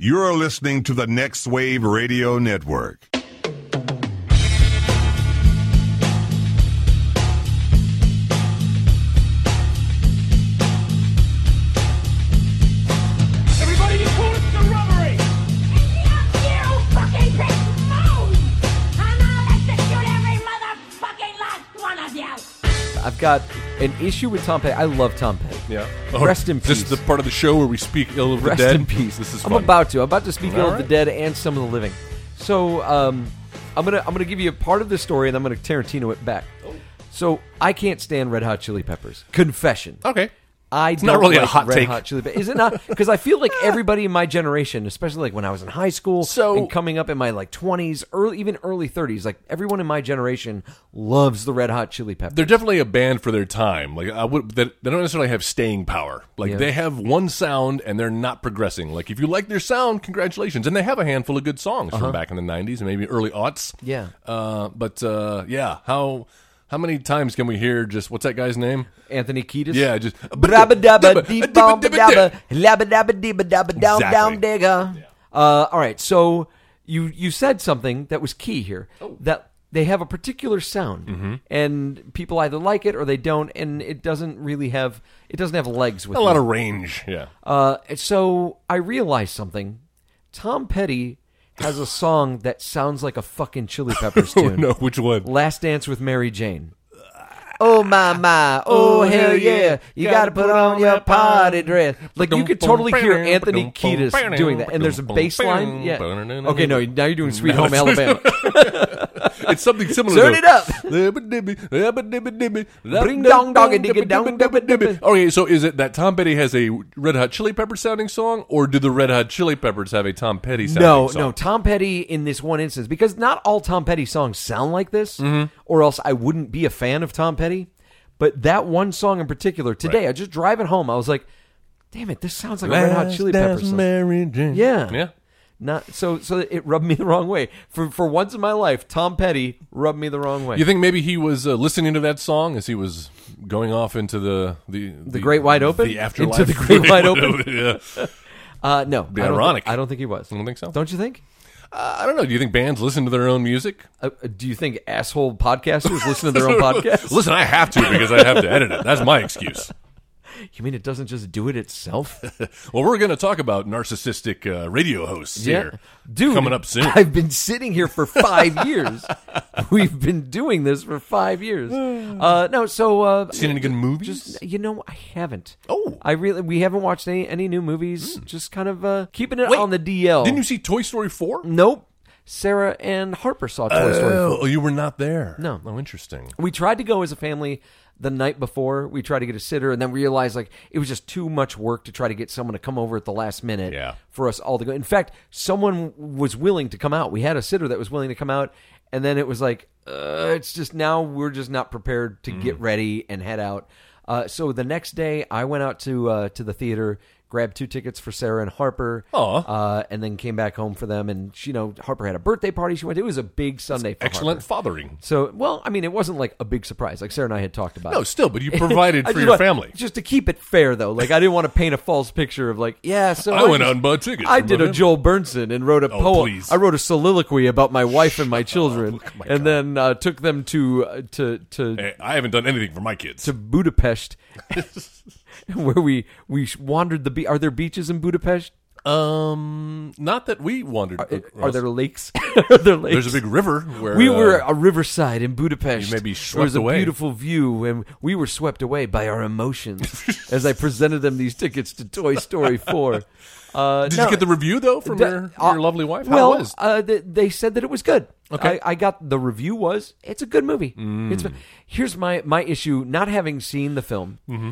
You're listening to the Next Wave Radio Network. Everybody, you call it the robbery! I've got an issue with Tom Petty. I love Tom Petty. Yeah. Rest in Oh, This peace. is the part of the show where we speak ill of Rest the dead. in peace. This is I'm fun. about to. I'm about to speak ill of the right. dead and some of the living. So um, I'm gonna I'm gonna give you a part of the story and I'm gonna Tarantino it back. So I can't stand Red Hot Chili Peppers. Confession. Okay. I not don't really a like hot Red take. Hot Chili Peppers. Is it not? Because I feel like everybody in my generation, especially like when I was in high school So- and coming up in my like 20s, early even early 30s, like everyone in my generation loves the Red Hot Chili Peppers. They're definitely a band for their time. Like I would, they, they don't necessarily have staying power. Like Yeah. they have one sound and they're not progressing. Like if you like their sound, congratulations. And they have a handful of good songs from back in the '90s and maybe early aughts. Uh-huh. Yeah. Uh, but uh, yeah, how how many times can we hear just what's that guy's name? Anthony Kiedis. Yeah, just Brabba dabba dee bomb dabba labba dabba dibba dabba down down Exactly. digga. Uh, all right, so you you said something that was key here that they have a particular sound and people either like it or they don't, and it doesn't really have it doesn't have legs with A lot of range. Yeah. Uh, so I realized something. Tom Petty has a song that sounds like a fucking Chili Peppers Oh, tune. no, which one? Last Dance with Mary Jane. Oh my my! Oh hell yeah! You gotta put on your party dress. Like you could totally hear Anthony Kiedis doing that, and there's a bass line. Yeah. Okay, no, now you're doing Sweet Home Alabama. It's something similar. Turn to- it up. Bring dong dong a digga dong dibba dibba. Okay, so is it that Tom Petty has a Red Hot Chili Pepper sounding song, or do the Red Hot Chili Peppers have a Tom Petty sounding No, song? no, Tom Petty in this one instance, because not all Tom Petty songs sound like this, or else I wouldn't be a fan of Tom Petty. But that one song in particular, today, I just driving home, I was like, damn it, this sounds like a Red Hot Chili Peppers song. Mary Jane. Yeah. Yeah. Not so so it rubbed me the wrong way. For for once in my life, Tom Petty rubbed me the wrong way. You think maybe he was uh, listening to that song as he was going off into the the, the, great wide open? the afterlife, Into the great wide open? yeah. uh no. I don't thi- ironic. I don't think he was. I don't think so. Don't you think? Uh, I don't know. Do you think bands listen to their own music? Uh, uh, do you think asshole podcasters listen to their own podcast? Listen, I have to because I have to edit it. That's my excuse. You mean it doesn't just do it itself? Well, we're going to talk about narcissistic uh, radio hosts here. Dude, coming up soon. I've been sitting here for five years. We've been doing this for five years. Uh, no, so uh, Seen any good movies? just you know, I haven't. Oh. Hmm. I really we haven't watched any any new movies. Just kind of uh, keeping it Wait, on the DL. Didn't you see Toy Story 4? Nope. Sarah and Harper saw Toy Story. four. Oh, you were not there. No. Oh, interesting. We tried to go as a family the night before. We tried to get a sitter, and then realized like it was just too much work to try to get someone to come over at the last minute. Yeah. For us all to go. In fact, someone was willing to come out. We had a sitter that was willing to come out, and then it was like uh, it's just now we're just not prepared Mm. to get ready and head out. Uh, so the next day, I went out to uh, to the theater. Grabbed two tickets for Sarah and Harper, Aw. uh, and then came back home for them. And she, you know, Harper had a birthday party. She went. to. It was a big Sunday. For Harper. Excellent fathering. So, well, I mean, it wasn't like a big surprise. Like Sarah and I had talked about. No, it. still, but you provided I for just your want- family. Just to keep it fair, though, like I didn't want to paint a false picture of like, yeah. So I went just- out and bought tickets I for did my a family. Joel Bernson and wrote a Oh, poem. please. I wrote a soliloquy about my wife and my children, Oh my Eh. and God. then uh, took them to uh, to to Hey, I haven't done anything for my kids. to Budapest, where we we wandered the. Be- are there beaches in Budapest? Um, not that we wandered. Are there lakes? are there lakes? There's a big river where we were uh, a riverside in Budapest. you may be It was swept a away. beautiful view, and we were swept away by our emotions as I presented them these tickets to Toy Story Four. Uh, Did no, you get the review though from the- your, uh, your lovely wife? Well, How was? Uh, they, they said that it was good. Okay. Mm. I, I got the review was it's a good movie. It's here's my my issue not having seen the film. Mm-hmm.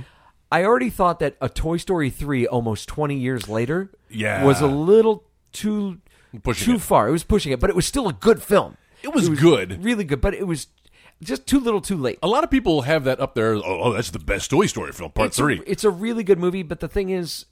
I already thought that a Toy Story three almost twenty years later Yeah. was a little too Pushing too it. far. It was pushing it, but it was still a good film. It was good. really good, but it was just too little, too late. A lot of people have that up there. Oh, oh that's the best Toy Story film, part it's three. A, it's a really good movie, but the thing is,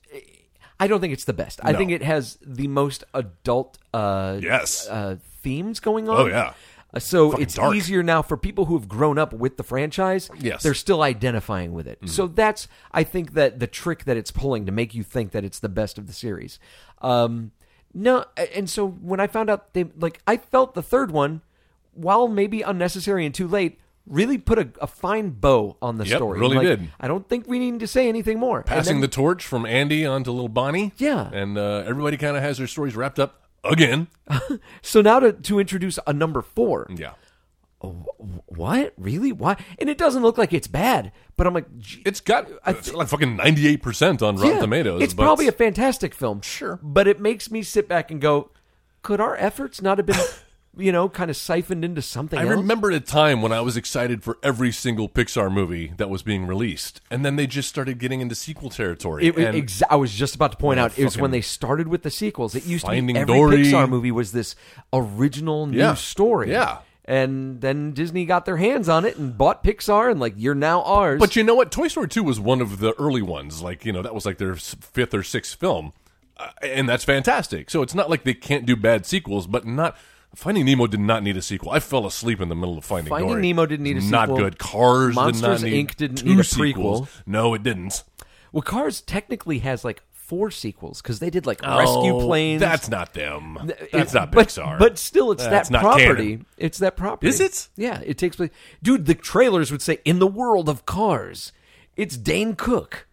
I don't think it's the best. I No. think it has the most adult uh, Yes. uh, themes going on. Oh, yeah. Uh, So Fucking it's dark. easier now for people who have grown up with the franchise. Yes. Mm-hmm. they're still identifying with it. So that's I think that the trick that it's pulling to make you think that it's the best of the series. Um, No, a- and so when I found out they like, I felt the third one, while maybe unnecessary and too late, really put a, a fine bow on the Yep, story. really Like, did. I don't think we need to say anything more. And Passing then- the torch from Andy on to little Bonnie. Yeah. And uh, everybody kind of has their stories wrapped up again. so now to to introduce a number four. Yeah. What really? Why? And it doesn't look like it's bad, but I'm like, gee- It's got it's like fucking 98% on Rotten yeah, Tomatoes. It's but probably a fantastic film, Sure. but it makes me sit back and go, could our efforts not have been, you know, kind of siphoned into something? I else? remember a time when I was excited for every single Pixar movie that was being released, and then they just started getting into sequel territory. It, was and exa- I was just about to point out it was when fucking they started with the sequels. It used to Finding be every Dory. Pixar movie was this original new Yeah. story. Yeah. And then Disney got their hands on it and bought Pixar and like you're now ours. But you know what? Toy Story 2 was one of the early ones. Like, you know, that was like their s- fifth or sixth film. Uh, and that's fantastic. So it's not like they can't do bad sequels, but not. Finding Nemo did not need a sequel. I fell asleep in the middle of Finding, Finding Dory. Nemo didn't need a Not sequel. good. Cars did not Monsters, need Inc. didn't two need a sequels. No, it didn't. well, Cars technically has like four sequels because they did like Rescue Oh, Planes. That's not them. It- That's not but- Pixar. But still, it's That's that not property. canon. It's that property. Is it? Yeah, it takes place. Dude, the trailers would say in the world of Cars. It's Dane Cook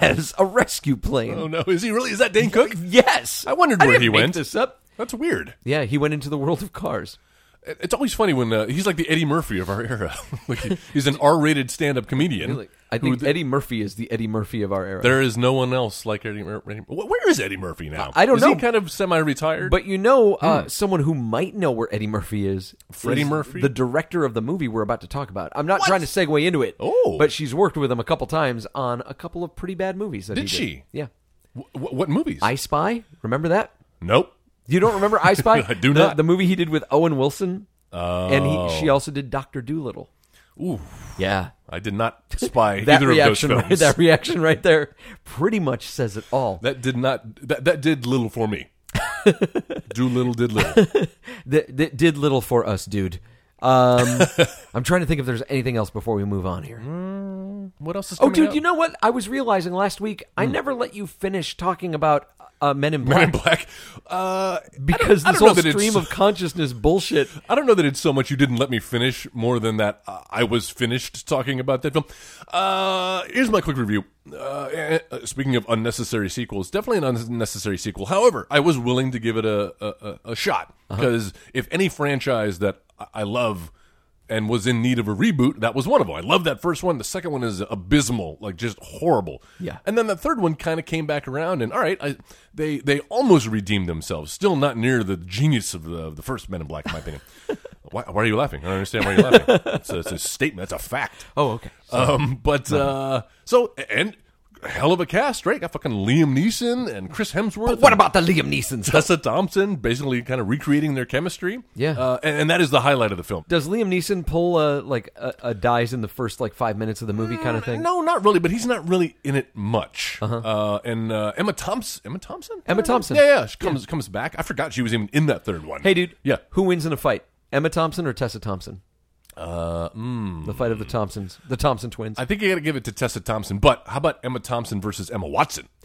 as a rescue plane. Oh no, is he really? Is that Dane Cook? Yes, I wondered where didn't he make went. This up. That's weird. Yeah, he went into the world of cars. It- It's always funny when uh, he's like the Eddie Murphy of our era. like he- he's an R-rated stand-up comedian. Like, I who think th- Eddie Murphy is the Eddie Murphy of our era. there is no one else like Eddie Murphy. Where is Eddie Murphy now? I- I don't Is know. He kind of semi-retired. but you know, uh, someone who might know where Eddie Murphy is, Freddie is Murphy? the director of the movie we're about to talk about. I'm not trying to segue into it. Oh. but she's worked with him a couple times on a couple of pretty bad movies. That Did he she? Yeah, Wh- wh- what movies? I Spy. Remember that? nope. You don't remember I Spy? I do The- not. Oh. The movie he did with Owen Wilson, and he, she also did Doctor Doolittle. Ooh, Yeah, I did not spy that either reaction, of those films. that reaction right there, pretty much says it all. That did not. That, that did little for me. Do little did little. that, that did little for us, dude. Um, I'm trying to think if there's anything else before we move on here. Mm, What else is? Oh, coming dude, out? you know what? I was realizing last week I never let you finish talking about uh, Men in Black Men in Black. Uh, because I don't this know whole that it's- stream of consciousness bullshit. I don't know that it's so much you didn't let me finish more than that uh, I was finished talking about that film. Uh, here's my quick review. Uh, eh, eh, speaking of unnecessary sequels, definitely an unnecessary sequel. However, I was willing to give it a a, a- a shot because if any franchise that I- I love and was in need of a reboot, that was one of them. I love that first one. The second one is abysmal, like just horrible. Yeah. And then the third one kind of came back around, and all right, I, they they almost redeemed themselves. Still not near the genius of the, the first Men in Black, in my opinion. why, why are you laughing? I don't understand why you're laughing. It's a, it's a statement. That's a fact. Oh, okay. Um, but uh, so and hell of a cast, right? Got fucking Liam Neeson and Chris Hemsworth. But what and about the Liam Neeson stuff? Tessa Thompson? Basically, kind of recreating their chemistry. Yeah. Uh, and, and that is the highlight of the film. Does Liam Neeson pull a, like a, a dies in the first like five minutes of the movie kind of thing? Mm, No, not really. But he's not really in it much. Uh-huh. and uh, Emma Thompson. Emma Thompson. Emma Thompson. Yeah, yeah. She comes comes back. I forgot she was even in that third one. Hey, dude. Yeah. Who wins in a fight? Emma Thompson or Tessa Thompson? Uh, mm. The fight of the Thompsons, the Thompson twins. I think you got to give it to Tessa Thompson. But how about Emma Thompson versus Emma Watson?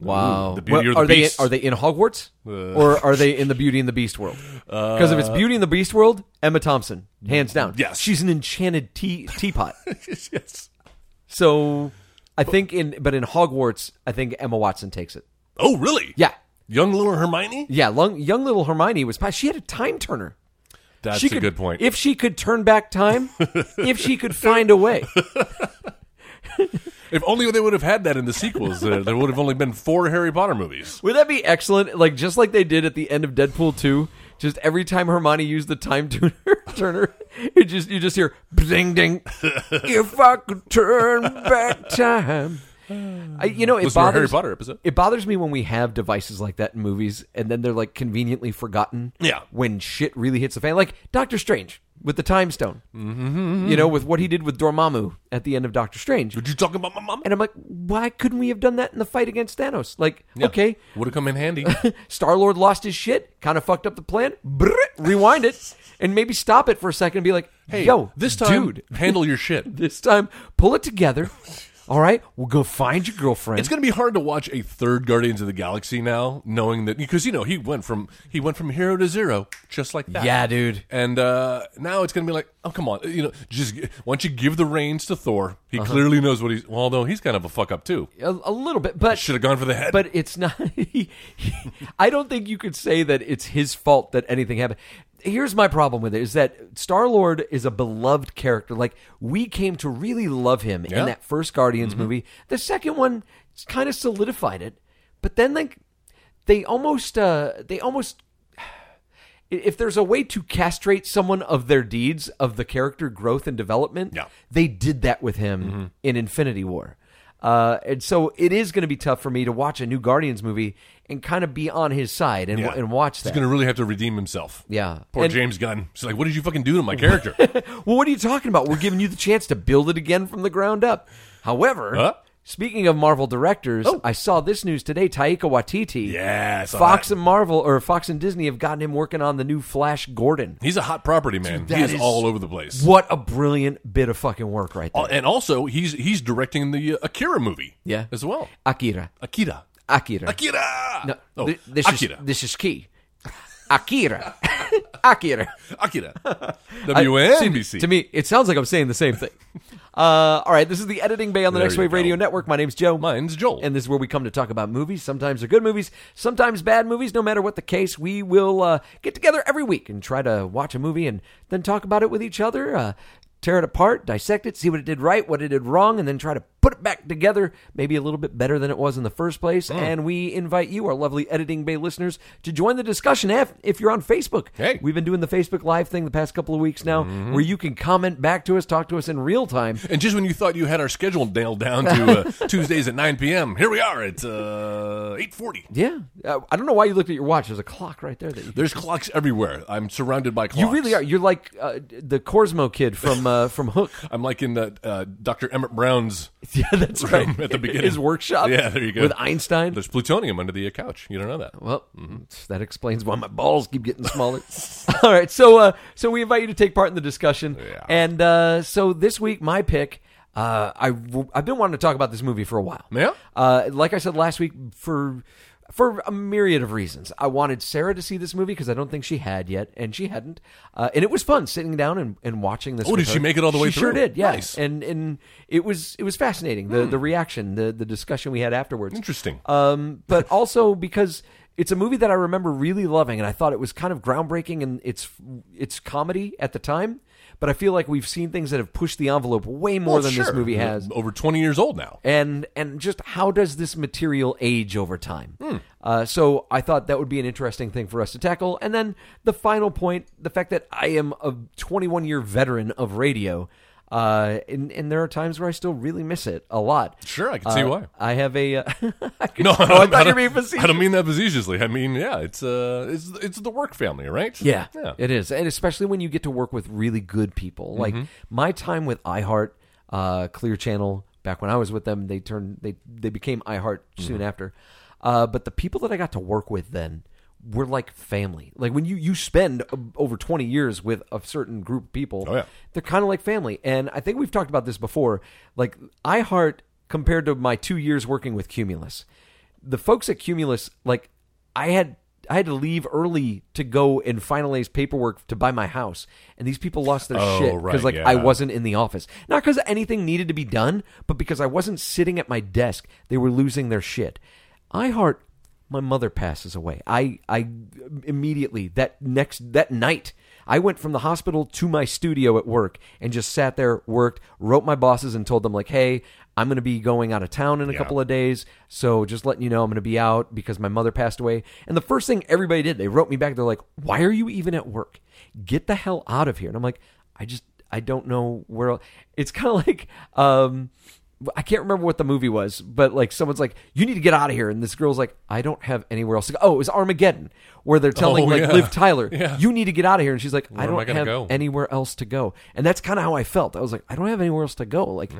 Wow. the Beauty or the are they Beast. Uh. are they in Hogwarts or are they in the Beauty and the Beast world? Because if it's Beauty and the Beast world, Emma Thompson, hands down. Yes. she's an enchanted tea, teapot. yes. so I think in but in Hogwarts, I think Emma Watson takes it. Oh, really? Yeah, Young little Hermione. yeah. Long, young little Hermione was she had a time turner. That's she a could, good point. If she could turn back time, if she could find a way. If only they would have had that in the sequels, uh, there, there would have only been four Harry Potter movies. Would that be excellent? Like just like they did at the end of Deadpool two. Just every time Hermione used the time tuner, turner, you just you just hear ding ding. if I could turn back time, I, you know it Listen to our Harry bothers Potter episode. it bothers me when we have devices like that in movies and then they're like conveniently forgotten. Yeah. when shit really hits the fan, like Doctor Strange with the time stone. Mm-hmm. You know, with what he did with Dormammu at the end of Doctor Strange. Did you talk about my mom? And I'm like, why couldn't we have done that in the fight against Thanos? Like, okay, would have come in handy. Star Lord lost his shit, kind of fucked up the plan. Brr, rewind it and maybe stop it for a second and be like, Hey, yo, this time, dude, handle your shit. this time, pull it together. All right, we'll go find your girlfriend. It's going to be hard to watch a third Guardians of the Galaxy now, knowing that because you know he went from he went from hero to zero just like that. Yeah, dude. And uh, now it's going to be like, oh come on, you know, just g- why don't you give the reins to Thor? He Uh-huh. clearly knows what he's. Well, although he's kind of a fuck up too. a, a little bit, but Should have gone for the head. but it's not. he- he- I don't think you could say that it's his fault that anything happened. Here's my problem with it is that Star Lord is a beloved character. Like we came to really love him Yeah. Mm-hmm. in that first Guardians movie. The second one kind of solidified it, but then like they almost uh they almost if there's a way to castrate someone of their deeds of the character growth and development Yeah. they did that with him Mm-hmm. in infinity war uh, and so it is going to be tough for me to watch a new guardians movie and kind of be on his side and, Yeah. and watch he's that going to really have to redeem himself. yeah Poor And- James Gunn. She's like, what did you fucking do to my character? well what are you talking about we're giving you the chance to build it again from the ground up however Huh? Oh. speaking of marvel directors i saw this news today taika waititi yeah, I saw fox that. and marvel or fox and disney have gotten him working on the new flash gordon He's a hot property man. that he is, is- all over the place. What a brilliant bit of fucking work right there. Uh, And also, he's he's directing the uh, Akira movie. Yeah. as well. Akira. Akira. Akira. Akira. No, oh, th- this Akira. is this is key. Akira. Akira. Akira. See, WNBC. to me, it sounds like I'm saying the same thing. Uh, all right, this is the editing bay on the There Next you Wave Radio go. Network. My name's Joe. Mine's Joel. And this is where we come to talk about movies. Sometimes they're good movies, sometimes bad movies. No matter what the case, we will uh, get together every week and try to watch a movie and then talk about it with each other, uh, tear it apart, dissect it, see what it did right, what it did wrong, and then try to put it back together, maybe a little bit better than it was in the first place. And we invite you, our lovely Editing Bay listeners, to join the discussion if, if you're on Facebook. Hey. We've been doing the Facebook Live thing the past couple of weeks now where you can comment back to us, talk to us in real time. and just when you thought you had our schedule nailed down to uh, Tuesdays at 9 p.m., here we are at uh, 8:40. Yeah. Uh, I don't know why you looked at your watch. There's a clock right there that you There's clocks everywhere. I'm surrounded by clocks. You really are. You're like uh, the Corsmo kid from uh, from Hook. I'm like in the uh, Dr. Emmett Brown's Yeah, that's room at the beginning. His workshop. Yeah, there you go. With Einstein. There's plutonium under the couch. You don't know that. Well, Mm-hmm. that explains why my balls keep getting smaller. All right, so uh, so we invite you to take part in the discussion, Yeah. and uh, so this week my pick. Uh, I have been wanting to talk about this movie for a while. Yeah? Uh, like I said last week, for for a myriad of reasons, I wanted Sarah to see this movie because I don't think she had yet, and she hadn't. Uh, and it was fun sitting down and, and watching this. Oh, with did she her. make it all the way She Sure through? did. Yeah. Nice. Hmm. And and it was it was fascinating the the reaction the the discussion we had afterwards. Interesting. Um, but also because it's a movie that I remember really loving, and I thought it was kind of groundbreaking in its its comedy at the time. But I feel like we've seen things that have pushed the envelope way more Well, than this sure. movie has. Eh, Over 20 years old now. And and just how does this material age over time? Hmm. Uh, so I thought that would be an interesting thing for us to tackle. And then the final point: the fact that I am a 21 year veteran of radio, uh, and, and there are times where I still really miss it a lot. Sure, I can see Uh, why. I have a uh, I could- No, oh, I don't- thought you don't- were being facetious. I don't mean that facetiously. I mean, yeah, it's uh, it's it's the work family, right? Yeah, yeah. it is, and especially when you get to work with really good people. Like Mm-hmm. my time with iHeart, uh, Clear Channel, back when I was with them, they turned they they became iHeart Mm-hmm. soon after. Uh, but the people that I got to work with then were like family. Like when you you spend uh, over twenty years with a certain group of people, Oh, yeah. they're kind of like family. And I think we've talked about this before. Like iHeart compared to my two years working with Cumulus, the folks at Cumulus, like I had I had to leave early to go and finalize paperwork to buy my house, and these people lost their Oh, shit right, like yeah. I wasn't in the office, not because anything needed to be done, but because I wasn't sitting at my desk. They were losing their shit. iHeart. My mother passes away. I, I immediately that next that night I went from the hospital to my studio at work and just sat there, worked, wrote my bosses, and told them like, "Hey, I'm going to be going out of town in a couple of days, so just letting you know I'm going to be out because my mother passed away." And the first thing everybody did, they wrote me back. They're like, "Why are you even at work? Get the hell out of here!" And I'm like, "I just I don't know where." el- It's kind of like um, I can't remember what the movie was, but like someone's like, "You need to get out of here," and this girl's like, "I don't have anywhere else to go." Oh, it was Armageddon, where they're telling Oh, like yeah. Liv Tyler, Yeah. "You need to get out of here," and she's like, "I am don't I gonna have go?" anywhere else to go," and that's kind of how I felt. I was like, "I don't have anywhere else to go." Like,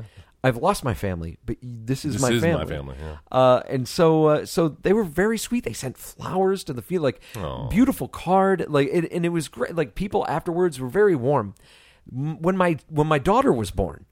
I've lost my family, but y- this is Mm-hmm. This my is my family. family, yeah. Uh, and so uh, so they were very sweet. They sent flowers to the field, like beautiful card, like it, and it was great. Like people afterwards were very warm. M- When my when my daughter was born,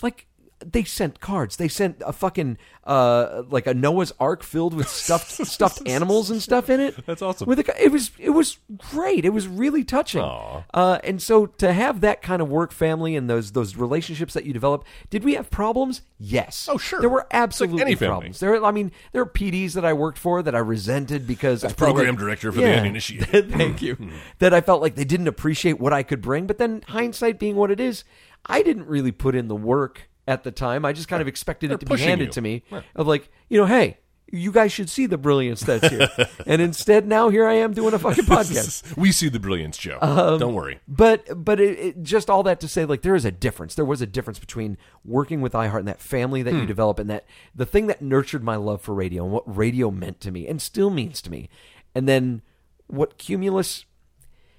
like they sent cards. They sent a fucking uh, like a Noah's Ark filled with stuffed stuffed animals and stuff in it. That's awesome. With a, ca- it was it was great. It was really touching. Aw. Uh, and so to have that kind of work family and those those relationships that you develop. Did we have problems? Yes. Oh, sure. There were It's like absolutely any family. problems. There, I mean, there are PDs that I worked for that I resented because I felt program like- director for the Hmm. uninitiated. Thank you. that I felt like they didn't appreciate what I could bring. But then hindsight being what it is, I didn't really put in the work at the time. I just kind of expected They're it to be pushing handed you. to me Right. of like, you know, hey, you guys should see the brilliance that's here. and instead now here I am doing a fucking podcast. we see the brilliance, Joe. Um, Don't worry. But but it, it, just all that to say, like there is a difference. There was a difference between working with iHeart and that family that you develop, and that the thing that nurtured my love for radio and what radio meant to me and still means to me, and then what Cumulus,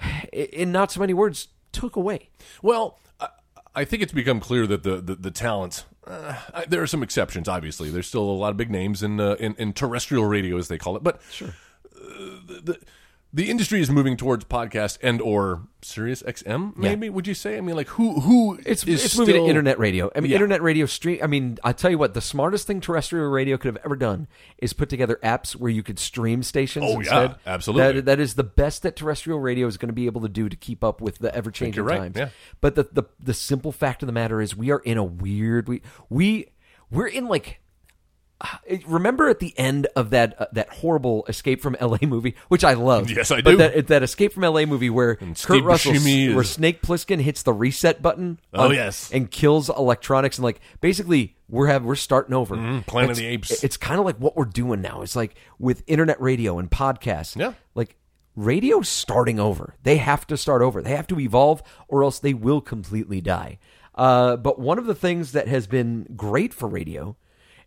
i- in not so many words, took away. Well, I, I think it's become clear that the the, the talent. Uh, I- there are some exceptions, obviously. There's still a lot of big names in uh, in, in terrestrial radio, as they call it. But sure. the, the the industry is moving towards podcast and or Sirius XM. Maybe would you say? I mean, like who who It's is it's moving to still- internet radio. I mean, Yeah. internet radio stream. I mean, I tell you what, the smartest thing terrestrial radio could have ever done is put together apps where you could stream stations. Oh, yeah, instead. absolutely. That, that is the best that terrestrial radio is going to be able to do to keep up with the ever changing you're right, times. yeah. But the, the the simple fact of the matter is, we are in a weird we we we're in like. ah, Remember at the end of that uh, that horrible Escape from L.A. movie, which I love. Yes, I but do. That, that Escape from L.A. movie where Kurt Steve Russell, Buscemi is- where Snake Plissken hits the reset button. Oh, on- yes. and kills electronics and like basically we're have we're starting over. Mm-hmm. Planet It's- of the Apes. It's kind of like what we're doing now. It's like with internet radio and podcasts. Yeah. like radio starting over. They have to start over. They have to evolve, or else they will completely die. Uh, but one of the things that has been great for radio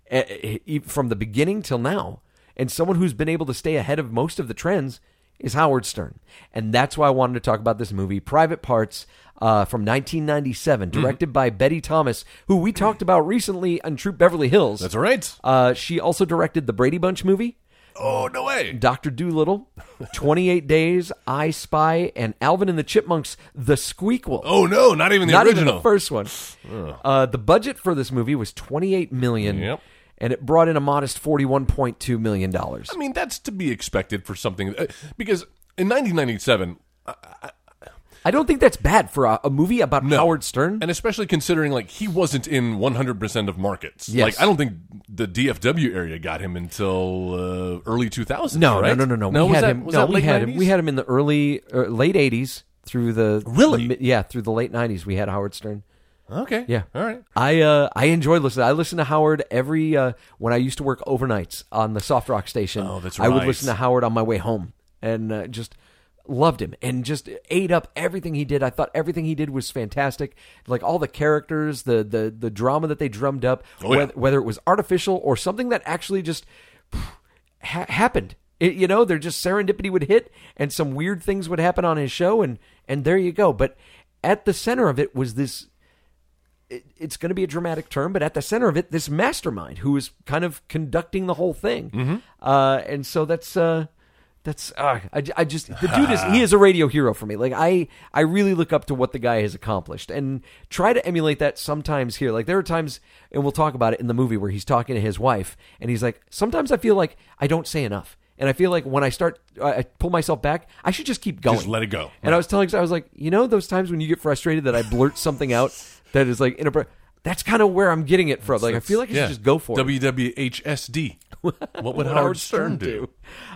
eh, eh, eh, from the beginning till now, and someone who's been able to stay ahead of most of the trends is Howard Stern. And that's why I wanted to talk about this movie, Private Parts, uh, from 1997, Mm-hmm. directed by Betty Thomas, who we talked about recently on Troop Beverly Hills. That's all right. Uh, she also directed the Brady Bunch movie, oh no way. Dr. Doolittle, 28 Days, I Spy, and Alvin and the Chipmunks, The Squeakquel Oh no, not even the not original. even the first one. Uh, the budget for this movie was 28 million, Yep. and it brought in a modest 41.2 million dollars. I mean, that's to be expected for something uh, because in 1997, I don't think that's bad for a, a movie about Howard Stern. And especially considering like he wasn't in 100% of markets. Yes. Like I don't think the DFW area got him until uh, early 2000s, no, right? no, no, no, no. we was had that- him. was No, that we late had 90s? him. We had him in the early uh, late 80s through the Really? the mi- yeah through the late 90s. We had Howard Stern. Okay. Yeah. All right. I uh, I enjoy listening. I listen to Howard every uh, when I used to work overnights on the soft rock station. Oh, that's I would right. listen to Howard on my way home and uh, just loved him and just ate up everything he did. I thought everything he did was fantastic. Like all the characters, the the the drama that they drummed up, Oh, yeah. whether, whether it was artificial or something that actually just ha- happened. It, you know, they're just serendipity would hit, and some weird things would happen on his show, and and there you go. But at the center of it was this. It, it's going to be a dramatic term, but at the center of it, this mastermind who is kind of conducting the whole thing, Mm-hmm. uh, and so that's. Uh, that's uh, I, j- I just the dude is he is a radio hero for me. Like I I really look up to what the guy has accomplished and try to emulate that sometimes here. Like there are times and we'll talk about it in the movie where he's talking to his wife and he's like sometimes I feel like I don't say enough. And I feel like when I start I I pull myself back, I should just keep going. Just let it go. And I was telling I was like, you know those times when you get frustrated that I blurt something out that is like inappropriate. That's kind of where I'm getting it from. Like I feel like I should just go for it. WWHSD. what would Howard Stern do?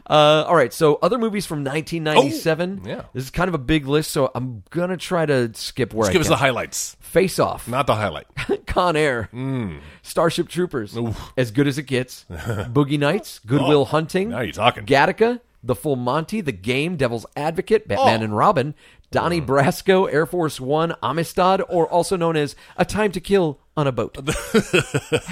Uh, all right, so other movies from 1997. Oh, yeah. This is kind of a big list, so I'm going to try to skip where Just I give us can. the highlights, Face Off, not the highlight. Con Air, Mm. Starship Troopers, As Good as It Gets, Boogie Nights, Goodwill Hunting, Oh, now you're talking. Gattaca, The Full Monty, The Game, Devil's Advocate, Batman Oh. Uh. and Robin, Donnie Brasco, Air Force One, Amistad, or also known as A Time to Kill on a Boat.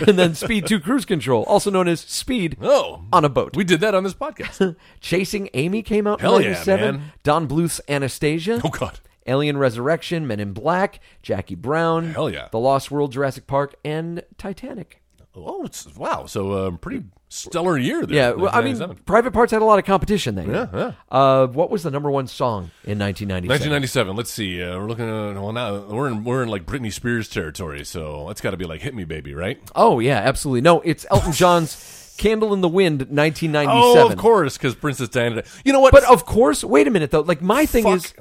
and then Speed 2 Cruise Control, also known as Speed Oh. on a Boat. We did that on this podcast. Chasing Amy came out Hell in yeah, 97. man. Don Bluth's Anastasia. Oh, God. Alien Resurrection, Men in Black, Jackie Brown. Hell yeah. The Lost World, Jurassic Park, and Titanic. oh, it's, wow. So um, pretty stellar year. There, Yeah, well, I mean, 1997. Private Parts had a lot of competition then. Yeah, yeah. Uh, what was the number one song in 1997? 1997. Let's see. Uh, we're looking at well now. We're in we're in like Britney Spears territory, so that's got to be like "Hit Me, Baby," right? Oh yeah, absolutely. No, it's Elton John's "Candle in the Wind" 1997. Oh, of course, because Princess Diana. You know what? But of course, wait a minute though. Like my thing Fuck. is,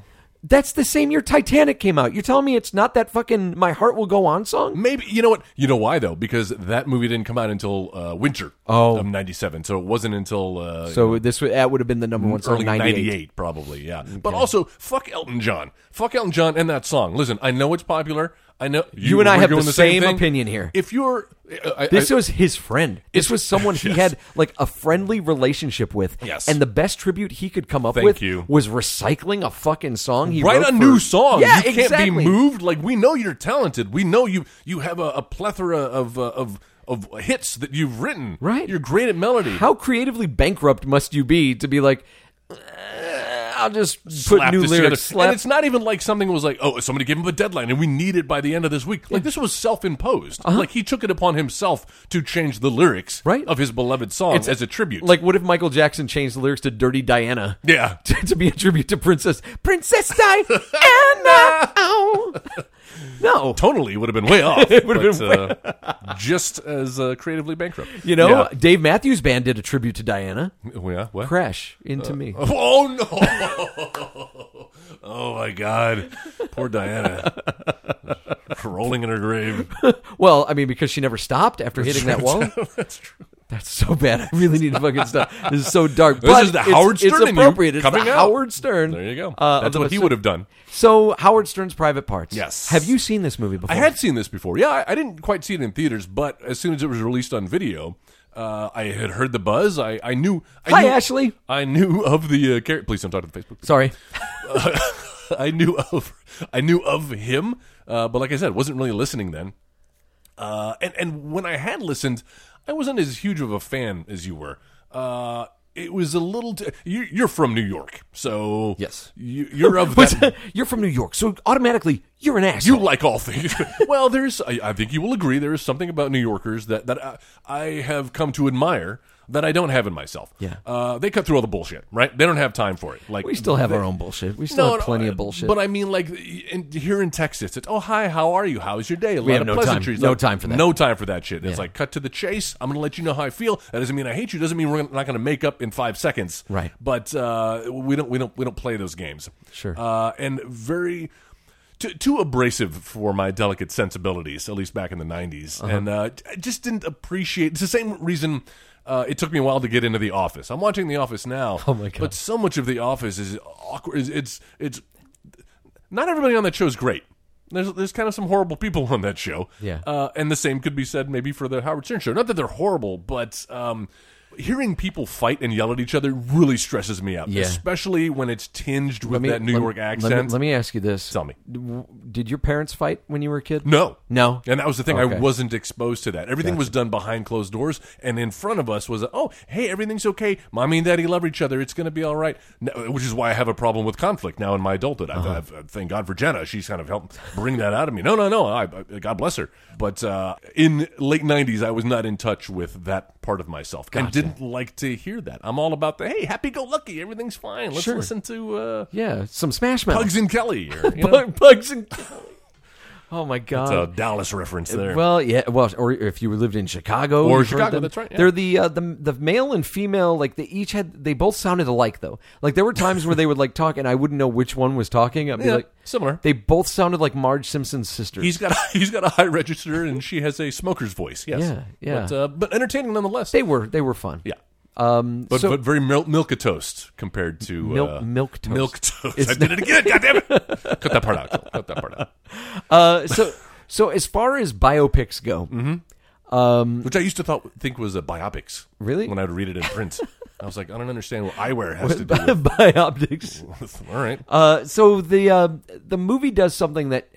that's the same year Titanic came out. You're telling me it's not that fucking "My Heart Will Go On" song? Maybe you know what you know why though because that movie didn't come out until uh, winter Oh. of '97, so it wasn't until uh, So this would that would have been the number one song. Mm, early 98. '98 probably, yeah. But also, fuck Elton John, fuck Elton John and that song. Listen, I know it's popular. I know you, and I we're have the doing same thing. opinion here. If you're, uh, I, This I, was his friend. This was someone he Yes. had like a friendly relationship with. Yes. And the best tribute he could come up Thank with you. was recycling a fucking song he write wrote a for- new song. Yeah, you can't exactly. be moved. Like we know you're talented. We know you. You have a, a plethora of uh, of of hits that you've written. Right. You're great at melody. How creatively bankrupt must you be to be like, "Uh, I'll just put slap new this lyrics? together. Slap. And it's not even like something was like, oh, somebody gave him a deadline and we need it by the end of this week. Like this was self-imposed. Like he took it upon himself to change the lyrics Uh-huh. Right. of his beloved song It's- as a tribute. like, what if Michael Jackson changed the lyrics to "Dirty Diana"? yeah. to, to be a tribute to Princess Princess Diana. Ow. no, Tonally would have been way off. It would've but, uh, just as uh, creatively bankrupt. you know, yeah. Dave Matthews Band did a tribute to Diana. Yeah, what? Crash into me. Oh no! oh my God! Poor Diana, rolling in her grave. Well, I mean, because she never stopped after hitting that wall. That's true. That's so bad. I really need to fucking stop. This is so dark. This but is the it's- Howard It's Stern in you appropriate. It's coming the out. Howard Stern. There you go. Uh, That's of what the- he would have done. So Howard Stern's Private Parts. Yes. Have you seen this movie before? I had seen this before. Yeah, I, I didn't quite see it in theaters, but as soon as it was released on video, uh, I had heard the buzz. I, I knew. I Hi, knew- Ashley. I knew of the uh, character. Please don't talk to the Facebook. Sorry. I knew of I knew of him, uh, but like I said, wasn't really listening then. Uh, and and when I had listened, I wasn't as huge of a fan as you were. Uh, it was a little. T- you, you're from New York, so Yes. you, you're of But that. you're from New York, so automatically you're an asshole. You like all things. well, there's. I, I think you will agree. There is something about New Yorkers that that I, I have come to admire that I don't have in myself. Yeah. Uh, they cut through all the bullshit, right? They don't have time for it. Like we still have our own bullshit. We still no, have no, plenty uh, of bullshit. But I mean, like in, here in Texas, it's oh hi, how are you? How's your day? A lot have of no time- pleasantries. no time for that. No time for that shit. It's like cut to the chase. I'm going to let you know how I feel. That doesn't mean I hate you. Doesn't mean we're not going to make up in five seconds. Right. But uh, we don't. We don't. We don't play those games. Sure. Uh, and very. Too, too abrasive for my delicate sensibilities, at least back in the '90s, Uh-huh. and uh, I just didn't appreciate. It's the same reason uh, it took me a while to get into The Office. I'm watching The Office now, Oh, my God. but so much of The Office is awkward. It's it's, it's not everybody on that show is great. There's there's kind of some horrible people on that show. Yeah. Uh, and the same could be said maybe for the Howard Stern show. Not that they're horrible, but um, hearing people fight and yell at each other really stresses me out. Yeah. Especially when it's tinged with Let me- that New let- York let me- accent. Let me, ask you this: Tell me. W- did your parents fight when you were a kid? No. No? And that was the thing. Okay. I wasn't exposed to that. Everything was done behind closed doors. And in front of us was, oh, hey, everything's okay. Mommy and daddy love each other. It's going to be all right. No, which is why I have a problem with conflict now in my adulthood. Uh-huh. I, I've, I've- thank God for Jenna. She's kind of helped bring that out of me. No, no, no. I, I- God bless her. But uh, in late 90s, I was not in touch with that part of myself and didn't like to hear that. I'm all about the, hey, happy go lucky. Everything's fine. Let's Sure. listen to uh, Yeah, some Smash Mouth. Bugs and Kelly. Or, you know, Bug- Bugs and. Oh my it's a God. Dallas reference there. Well, yeah. Well, or if you lived in Chicago, Or you've heard Chicago, them. that's right, yeah. They're the uh, the the male and female. Like they each had. They both sounded alike though. Like there were times where they would like talk, and I wouldn't know which one was talking. I'd be Yeah, like similar. They both sounded like Marge Simpson's sisters. He's got he's got a high register, and she has a smoker's voice. Yes, Yeah, yeah. But, uh, but entertaining nonetheless. they were they were fun. yeah, Um. but so, but very mil- milk toast compared to Milk- uh, milk toast. Milk toast. It's I did it again. God damn it! Cut that part out. Joel. Cut that part out. uh, so so as far as biopics go, Mm-hmm. Which I used to thought think was a biopics. Really? When I'd read it in print, I was like, I don't understand what eyewear has to do. with biopics. with- All right. Uh, so the uh, the movie does something that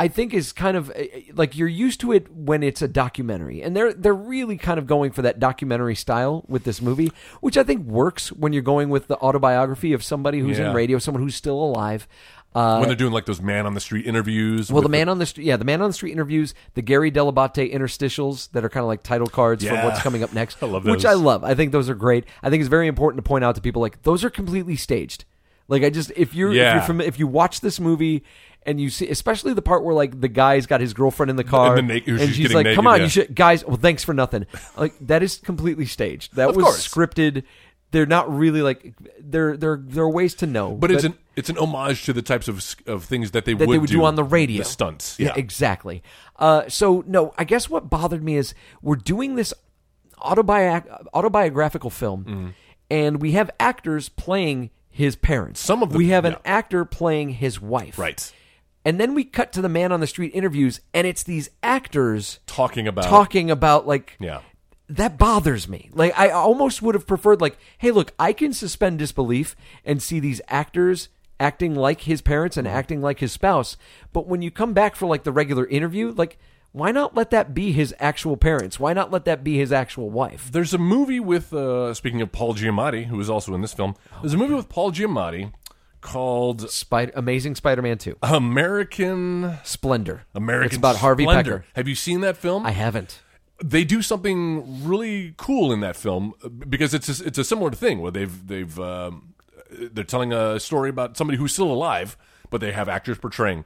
I think is kind of uh, like you're used to it when it's a documentary, and they're they're really kind of going for that documentary style with this movie, which I think works when you're going with the autobiography of somebody who's Yeah. in radio, someone who's still alive. Uh, when they're doing like those man on the street interviews. Well, with the man on the street, yeah, the man on the street interviews, the Gary Delabate interstitials that are kind of like title cards for Yeah. what's coming up next. I love which those. I love. I think those are great. I think it's very important to point out to people like those are completely staged. Like I just if you're if Yeah. you're from if you watch this movie and you see especially the part where like the guy's got his girlfriend in the car And the na- she's she's getting like, naked, "Come on, yeah. you should guys." Well, thanks for nothing. Like that is completely staged. That Of was course. scripted. They're not really like there. There there are ways to know, but, it's an it's an homage to the types of s- of things that they, that would, they would do, on the radio. stunts. Yeah, exactly. Uh, so no, I guess what bothered me is we're doing this autobi- autobiographical film, Mm-hmm. and we have actors playing his parents. Some of them, we have an yeah. actor playing his wife, Right. And then we cut to the man on the street interviews, and it's these actors talking about talking about like Oh. Yeah. that bothers me. Like I almost would have preferred like, hey, look, I can suspend disbelief and see these actors acting like his parents and acting like his spouse, but when you come back for like the regular interview, like why not let that be his actual parents? Why not let that be his actual wife? There's a movie with uh, speaking of Paul Giamatti, who is also in this film. There's a movie with Paul Giamatti called Spider Amazing Spider-Man 2. American Splendor. American. It's about Harvey Splendor. Pecker. Have you seen that film? I haven't. they do something really cool in that film uh, because it's a, it's a similar thing where they've they've um, they're telling a story about somebody who's still alive, but they have actors portraying.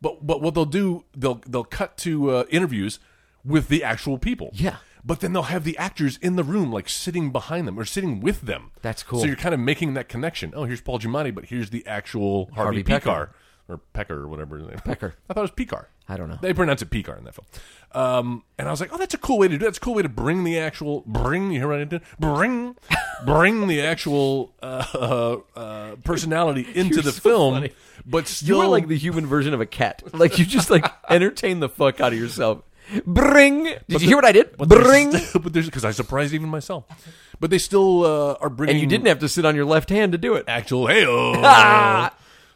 But but what they'll do they'll they'll cut to uh, interviews with the actual people. Yeah. But then they'll have the actors in the room, like sitting behind them or sitting with them. That's cool. So you're kind of making that connection. Oh, here's Paul Giamatti, but here's the actual Harvey Harvey, Pekar. Pekar or Pecker or whatever. his name- Pecker. I thought it was Pekar. I don't know. They pronounce it Pekar in that film. Um, and I was like, oh, that's a cool way to do. That's a cool way to bring the actual bring. You hear what I did? Bring, bring the actual uh, uh, personality into the so film, funny. but You still are like the human version of a cat. Like you just like entertain the fuck out of yourself. Bring. Did you hear what I did? but there's Bring. still- but there's because I surprised even myself. But they still uh, are bringing. And you didn't have to sit on your left hand to do it. actual hey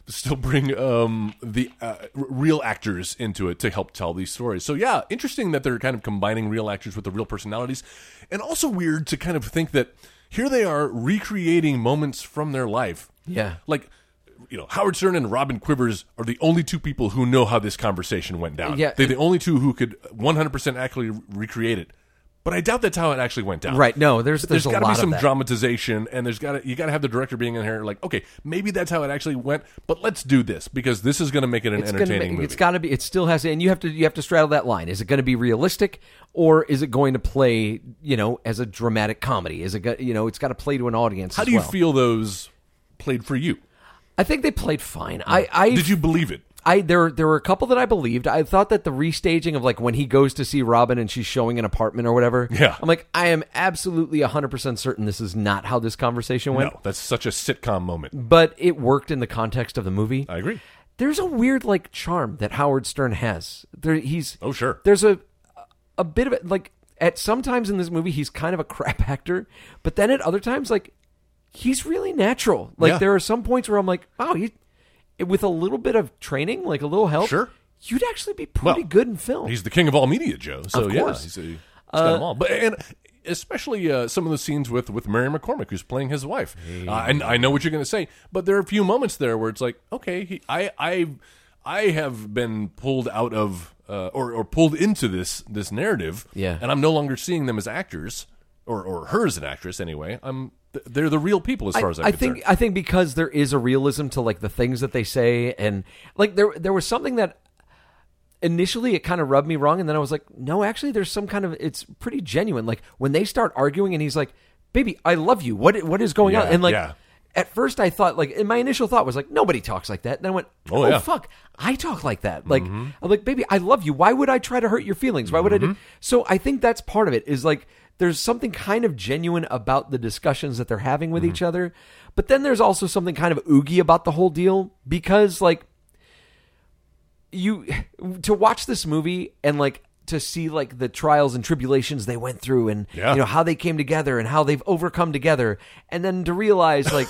still bring um the uh, r- real actors into it to help tell these stories so yeah interesting that they're kind of combining real actors with the real personalities and also weird to kind of think that here they are recreating moments from their life Yeah. like you know howard stern and robin quivers are the only two people who know how this conversation went down Yeah. they're the only two who could 100% accurately recreate it but i doubt that's how it actually went down Right. No, there's there's, a gotta lot be some of that. dramatization, and there's got to you got to have the director being in here, like, okay, maybe that's how it actually went, but let's do this because this is going to make it an It's gonna entertaining be- movie. It's got to be. It still has, and you have to you have to straddle that line. Is it going to be realistic, or is it going to play, you know, as a dramatic comedy? Is it, go- you know, it's got to play to an audience. how as do you well. feel those played for you? I think they played fine. I, I Did you believe it? I there there were a couple that I believed. I thought that the restaging of like when he goes to see Robin and she's showing an apartment or whatever. Yeah. I'm like, I am absolutely 100% certain this is not how this conversation went. No, that's such a sitcom moment. But it worked in the context of the movie. I agree. There's a weird like charm that Howard Stern has. There he's Oh, sure. There's a a bit of it like at sometimes in this movie he's kind of a crap actor, but then at other times like he's really natural. Like Yeah. there are some points where I'm like, wow, you with a little bit of training, like a little help, Sure. you'd actually be pretty Well, good in film. He's the king of all media, Joe. So Of yeah, course. he's, a, he's got them all. But and especially uh, some of the scenes with with Mary McCormick, who's playing his wife. Uh, and I know what you're going to say, but there are a few moments there where it's like, okay, he, I I I have been pulled out of uh, or or pulled into this this narrative. Yeah. and I'm no longer seeing them as actors or or her as an actress anyway. I'm th- they're the real people as far as I'm I concerned. think I think because there is a realism to like the things that they say and like there there was something that initially it kind of rubbed me wrong and then I was like no actually there's some kind of it's pretty genuine like when they start arguing and he's like baby I love you what what is going on Yeah, and like yeah. at first I thought like and my initial thought was like nobody talks like that and I went oh, Oh, yeah. Mm-hmm. fuck I talk like that like I'm like baby I love you why would I try to hurt your feelings why would I do so I think that's part of it is like there's something kind of genuine about the discussions that they're having Mm-hmm. with each other but then there's also something kind of oogie about the whole deal because like you to watch this movie and like to see like the trials and tribulations they went through and Yeah. you know how they came together and how they've overcome together and then to realize like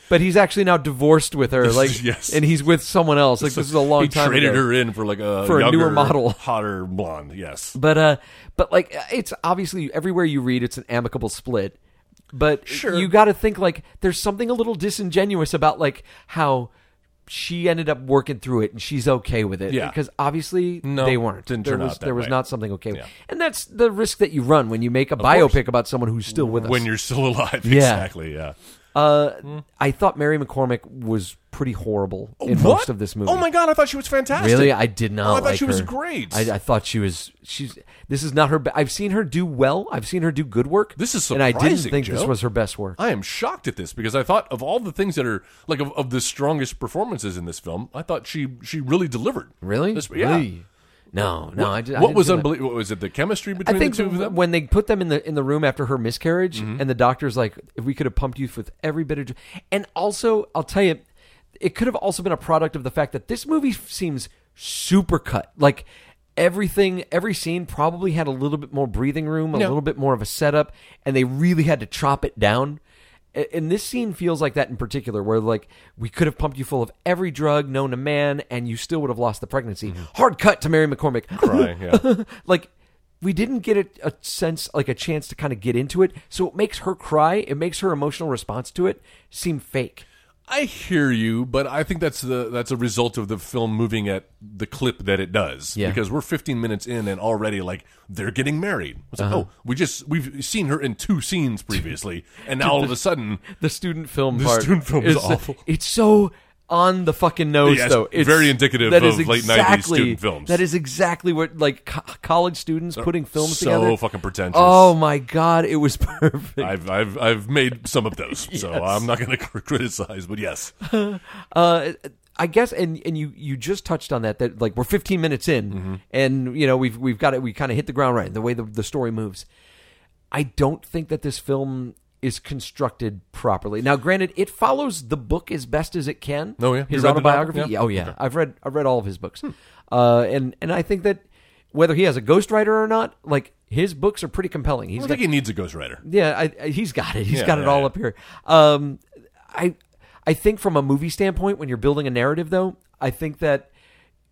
but he's actually now divorced with her like Yes. and he's with someone else like this is a long he time traded ago. her in for like a For a newer younger, model. hotter blonde. Yes, but uh but like it's obviously everywhere you read it's an amicable split but Sure. you got to think like there's something a little disingenuous about like how she ended up working through it and she's okay with it. Yeah. Because obviously No, they weren't. didn't there turn out was, that there was way. not something okay. with Yeah. And that's the risk that you run when you make a biopic course. about someone who's still with us. when you're still alive. Yeah. Exactly. Yeah. uh, I thought Mary McCormick was pretty horrible in What? most of this movie. Oh my god, I thought she was fantastic. Really, I did not. Oh, I thought like she was her. great. I, I thought she was. She's. This is not her. Be- I've seen her do well. I've seen her do good work. This is and I didn't surprising, think this Joe. was her best work. I am shocked at this because I thought of all the things that are like of, of the strongest performances in this film, I thought she she really delivered. Really? This- yeah. Really? No, no. I, did, I what didn't was feel that. unbelievable? Was it the chemistry between I think the two of them? Mm-hmm. when they put them in the in the room after her miscarriage, and the doctor's like, "If we could have pumped you with every bit of," dr-" and also, I'll tell you, it could have also been a product of the fact that this movie f- seems super cut, like. Everything, every scene probably had a little bit more breathing room, a Yeah. little bit more of a setup, and they really had to chop it down. A- And this scene feels like that in particular, where like we could have pumped you full of every drug known to man, and you still would have lost the pregnancy. Hard cut to Mary McCormick. Right, Mm-hmm. yeah. like we didn't get a, a sense like a chance to kind of get into it so it makes her cry it makes her emotional response to it seem fake I hear you, but I think that's the that's a result of the film moving at the clip that it does. Yeah. Because we're 15 minutes in and already like they're getting married. It's Uh-huh. like, oh, we just we've seen her in two scenes previously, and now all of a sudden, the student film The part student film is awful. it's so on the fucking nose Yes, though it's very indicative that of is late 90s exactly- student films. that is exactly what like co- college students putting films so together fucking pretentious. oh my god it was perfect I've I've I've made some of those, so I'm not going to criticize. But yes, uh, I guess, and and you you just touched on that that like we're 15 minutes in, Mm-hmm. and you know we've we've got it. We kind of hit the ground right the way the, the story moves. I don't think that this film is constructed properly. Now, granted, it follows the book as best as it can. Oh, yeah. You his read the novel? autobiography. Yeah. Hmm. Yeah, Oh yeah, I've read I've read all of his books, uh, and and I think that whether he has a ghostwriter or not, like his books are pretty compelling. I He's don't got think he needs a ghostwriter. yeah, I, I, he's got it. He's Yeah, got it yeah, all yeah. up here. Um, I I think from a movie standpoint, when you're building a narrative, though, I think that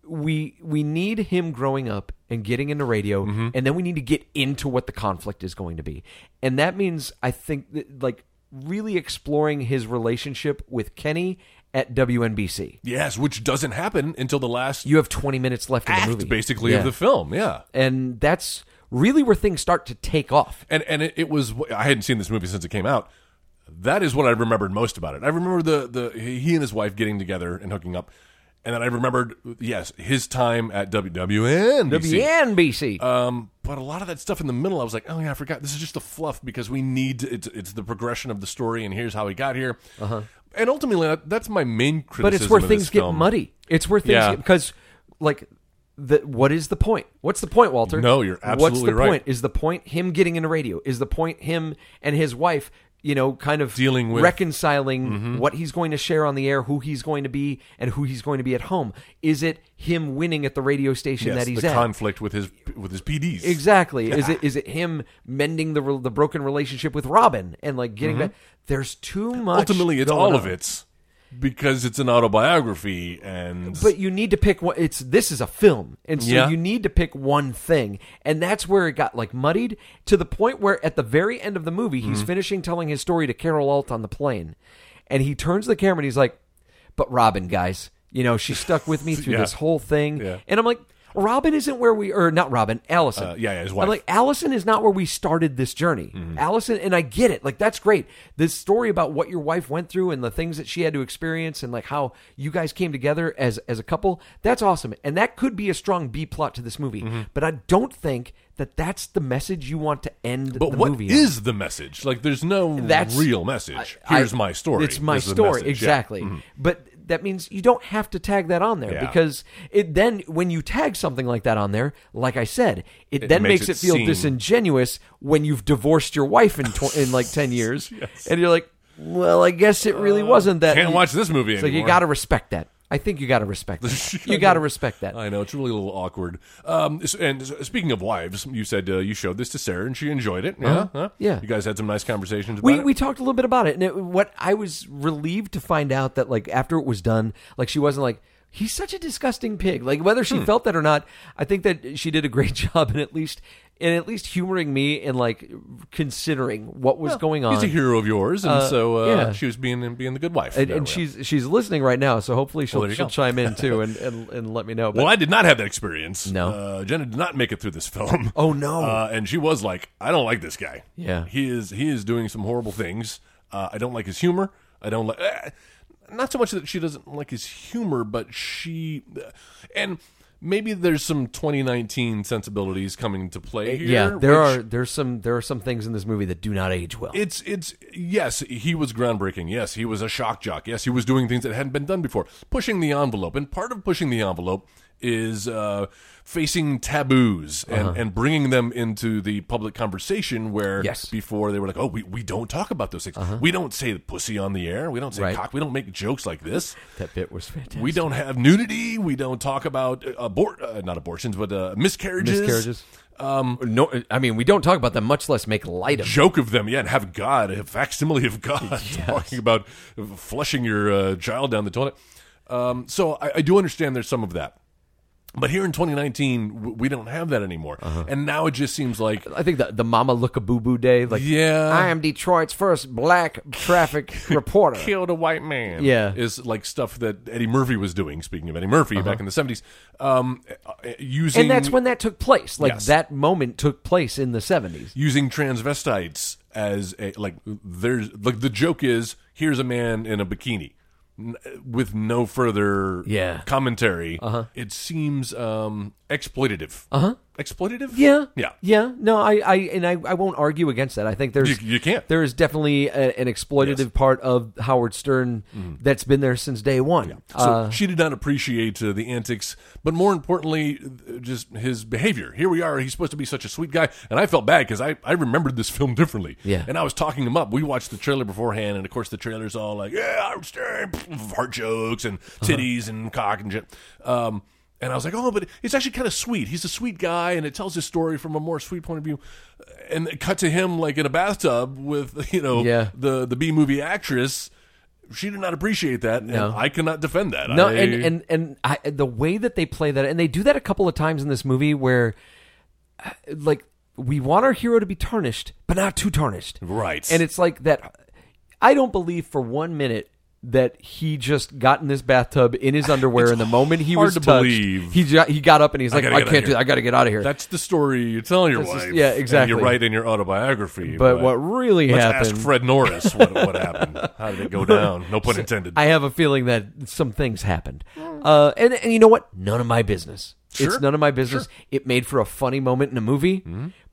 we we need him growing up and getting into radio, Mm-hmm. and then we need to get into what the conflict is going to be, and that means I think that, like really exploring his relationship with Kenny at WNBC. Yes, which doesn't happen until the last You have 20 minutes left in the movie, act, basically, Yeah. of the film. Yeah, and that's really where things start to take off. and and it, it was I hadn't seen this movie since it came out. That is what I remembered most about it. I remember the the he and his wife getting together and hooking up, and then I remembered yes his time at WWN. WNBC. Um, but a lot of that stuff in the middle, I was like, oh yeah, I forgot. This is just the fluff because we need to, it's it's the progression of the story, and here's how we got here. Uh-huh. And ultimately, that, that's my main criticism. but it's where of this things get film. muddy. It's where things Yeah. get, because like the what is the point? What's the point, Walter? No, you're What's absolutely the right. point? Is the point him getting into radio? Is the point him and his wife, you know, kind of Dealing with- Mm-hmm. reconciling what he's going to share on the air, who he's going to be, and who he's going to be at home? Is it him winning at the radio station Yes, that he's the at? conflict with his with his PDs. Exactly. Is it is it him mending the re- the broken relationship with Robin and like getting back? There's too much. Mm-hmm. Ultimately, it's going all of on. it's because it's an autobiography, and But you need to pick one. It's this is a film, and so Yeah. you need to pick one thing, and that's where it got like muddied to the point where at the very end of the movie, he's Mm-hmm. finishing telling his story to Carol Alt on the plane, and he turns to the camera and he's like, "But Robin, guys, you know she stuck with me through Yeah. this whole thing," Yeah. and I'm like. Robin isn't where we or not Robin, Allison. Uh, yeah, yeah, his I'm wife. like Allison is not where we started this journey. Mm-hmm. Allison and I get it. Like that's great. This story about what your wife went through and the things that she had to experience and like how you guys came together as as a couple, that's awesome. And that could be a strong B plot to this movie. Mm-hmm. But I don't think that that's the message you want to end but the what movie on. is the message? Like, there's no That's- real message. I- Here's my story. It's my This is the story, message. Yeah. Mm-hmm. exactly. But that means you don't have to tag that on there Yeah. because it then when you tag something like that on there, like I said, it, then makes, makes it, it feel seem- disingenuous when you've divorced your wife in tw- in like ten years, and you're like, well, I guess it really wasn't that. Uh, Can't watch this movie So anymore. you got to respect that. I think you got to respect. that. you got to respect that. I know it's really a little awkward. Um, s- and s- speaking of wives, you said uh, you showed this to Sarah and she enjoyed it. Yeah, huh? Uh-huh. Yeah. You guys had some nice conversations. About we, it? we talked a little bit about it and it, what i was relieved to find out that like after it was done like she wasn't like he's such a disgusting pig. Like whether Hmm. she felt that or not, I think that she did a great job in at least in at least humoring me and like considering what was going on. He's a hero of yours, and so uh, yeah. she was being being the good wife. and, There and we are. she's she's listening right now, so hopefully she'll, there you she'll go. chime in too and, and and let me know. But Well, I did not have that experience. No. uh, Jenna did not make it through this film. Oh, no. Uh, and she was like, "I don't like this guy. Yeah. he is he is doing some horrible things. Uh, I don't like his humor. I don't like eh, not so much that she doesn't like his humor, but she uh, and maybe there's some 2019 sensibilities coming to play here. yeah, there which- are there's some there are some things in this movie that do not age well. it's it's yes, he was groundbreaking. Yes, he was a shock jock. Yes, he was doing things that hadn't been done before, pushing the envelope. And part of pushing the envelope is uh, facing taboos Uh-huh. and, and bringing them into the public conversation. Where Yes. Uh-huh. before they were like, oh, we, we don't talk about those things. We don't say pussy on the air. We don't say Right. cock. We don't make jokes like this. that bit was fantastic. We don't have nudity. We don't talk about uh, abort, uh, not abortions, but uh, miscarriages. miscarriages. Um, no, I mean we don't talk about them, much less make light of. joke of them, yeah, and have God, a facsimile of God, talking about flushing your uh, child down the toilet. Um, so I, I do understand there's some of that. But here in 2019, w- we don't have that anymore. And now it just seems like I think the the Mama Look a Boo Boo Day, like Yeah. I am Detroit's first black traffic reporter. killed a white man. Yeah. Is like stuff that Eddie Murphy was doing, speaking of Eddie Murphy back in the 70s, um, uh, uh, using. and that's when that took place. Like Yes. that moment took place in the seventies. using transvestites as a like there's like the joke is here's a man in a bikini N- with no further Yeah. commentary uh-huh. it seems um exploitative uh-huh exploitative Yeah, yeah yeah. No, I, I, and I, I won't argue against that. I think there's You- you can't. There is definitely a, an exploitative part of Howard Stern Mm-hmm. that's been there since day one. so Uh, she did not appreciate uh, the antics but more importantly uh, just his behavior here we are he's supposed to be such a sweet guy and i felt bad because I, I remembered this film differently Yeah. and i was talking him up we watched the trailer beforehand and of course the trailer's all like yeah Howard Stern, heart jokes and Uh-huh. titties and cock and shit um, and i was like oh but it's actually kind of sweet he's a sweet guy and it tells his story from a more sweet point of view and it cut to him like in a bathtub with you know Yeah. the the b movie actress she did not appreciate that, and No. I cannot defend that. No, I- and and and I, the way that they play that, and they do that a couple of times in this movie where, uh, like, we want our hero to be tarnished, but not too tarnished, Right. And it's like that. I don't believe for one minute that he just got in this bathtub in his underwear, and the moment he hard was to touched, believe. he ju- he got up and he's like, gotta I get out of can't do. here." that. I got to get out of here. that's the story you tell your This is- wife. yeah, and exactly. you write in your autobiography. but what really let's happened? ask Fred Norris what, what happened. How did it go down? No pun intended. I have a feeling that some things happened. Uh, and, and you know what? None of my business. It's Sure. Mm-hmm. none of my business. It made for a funny moment in a movie.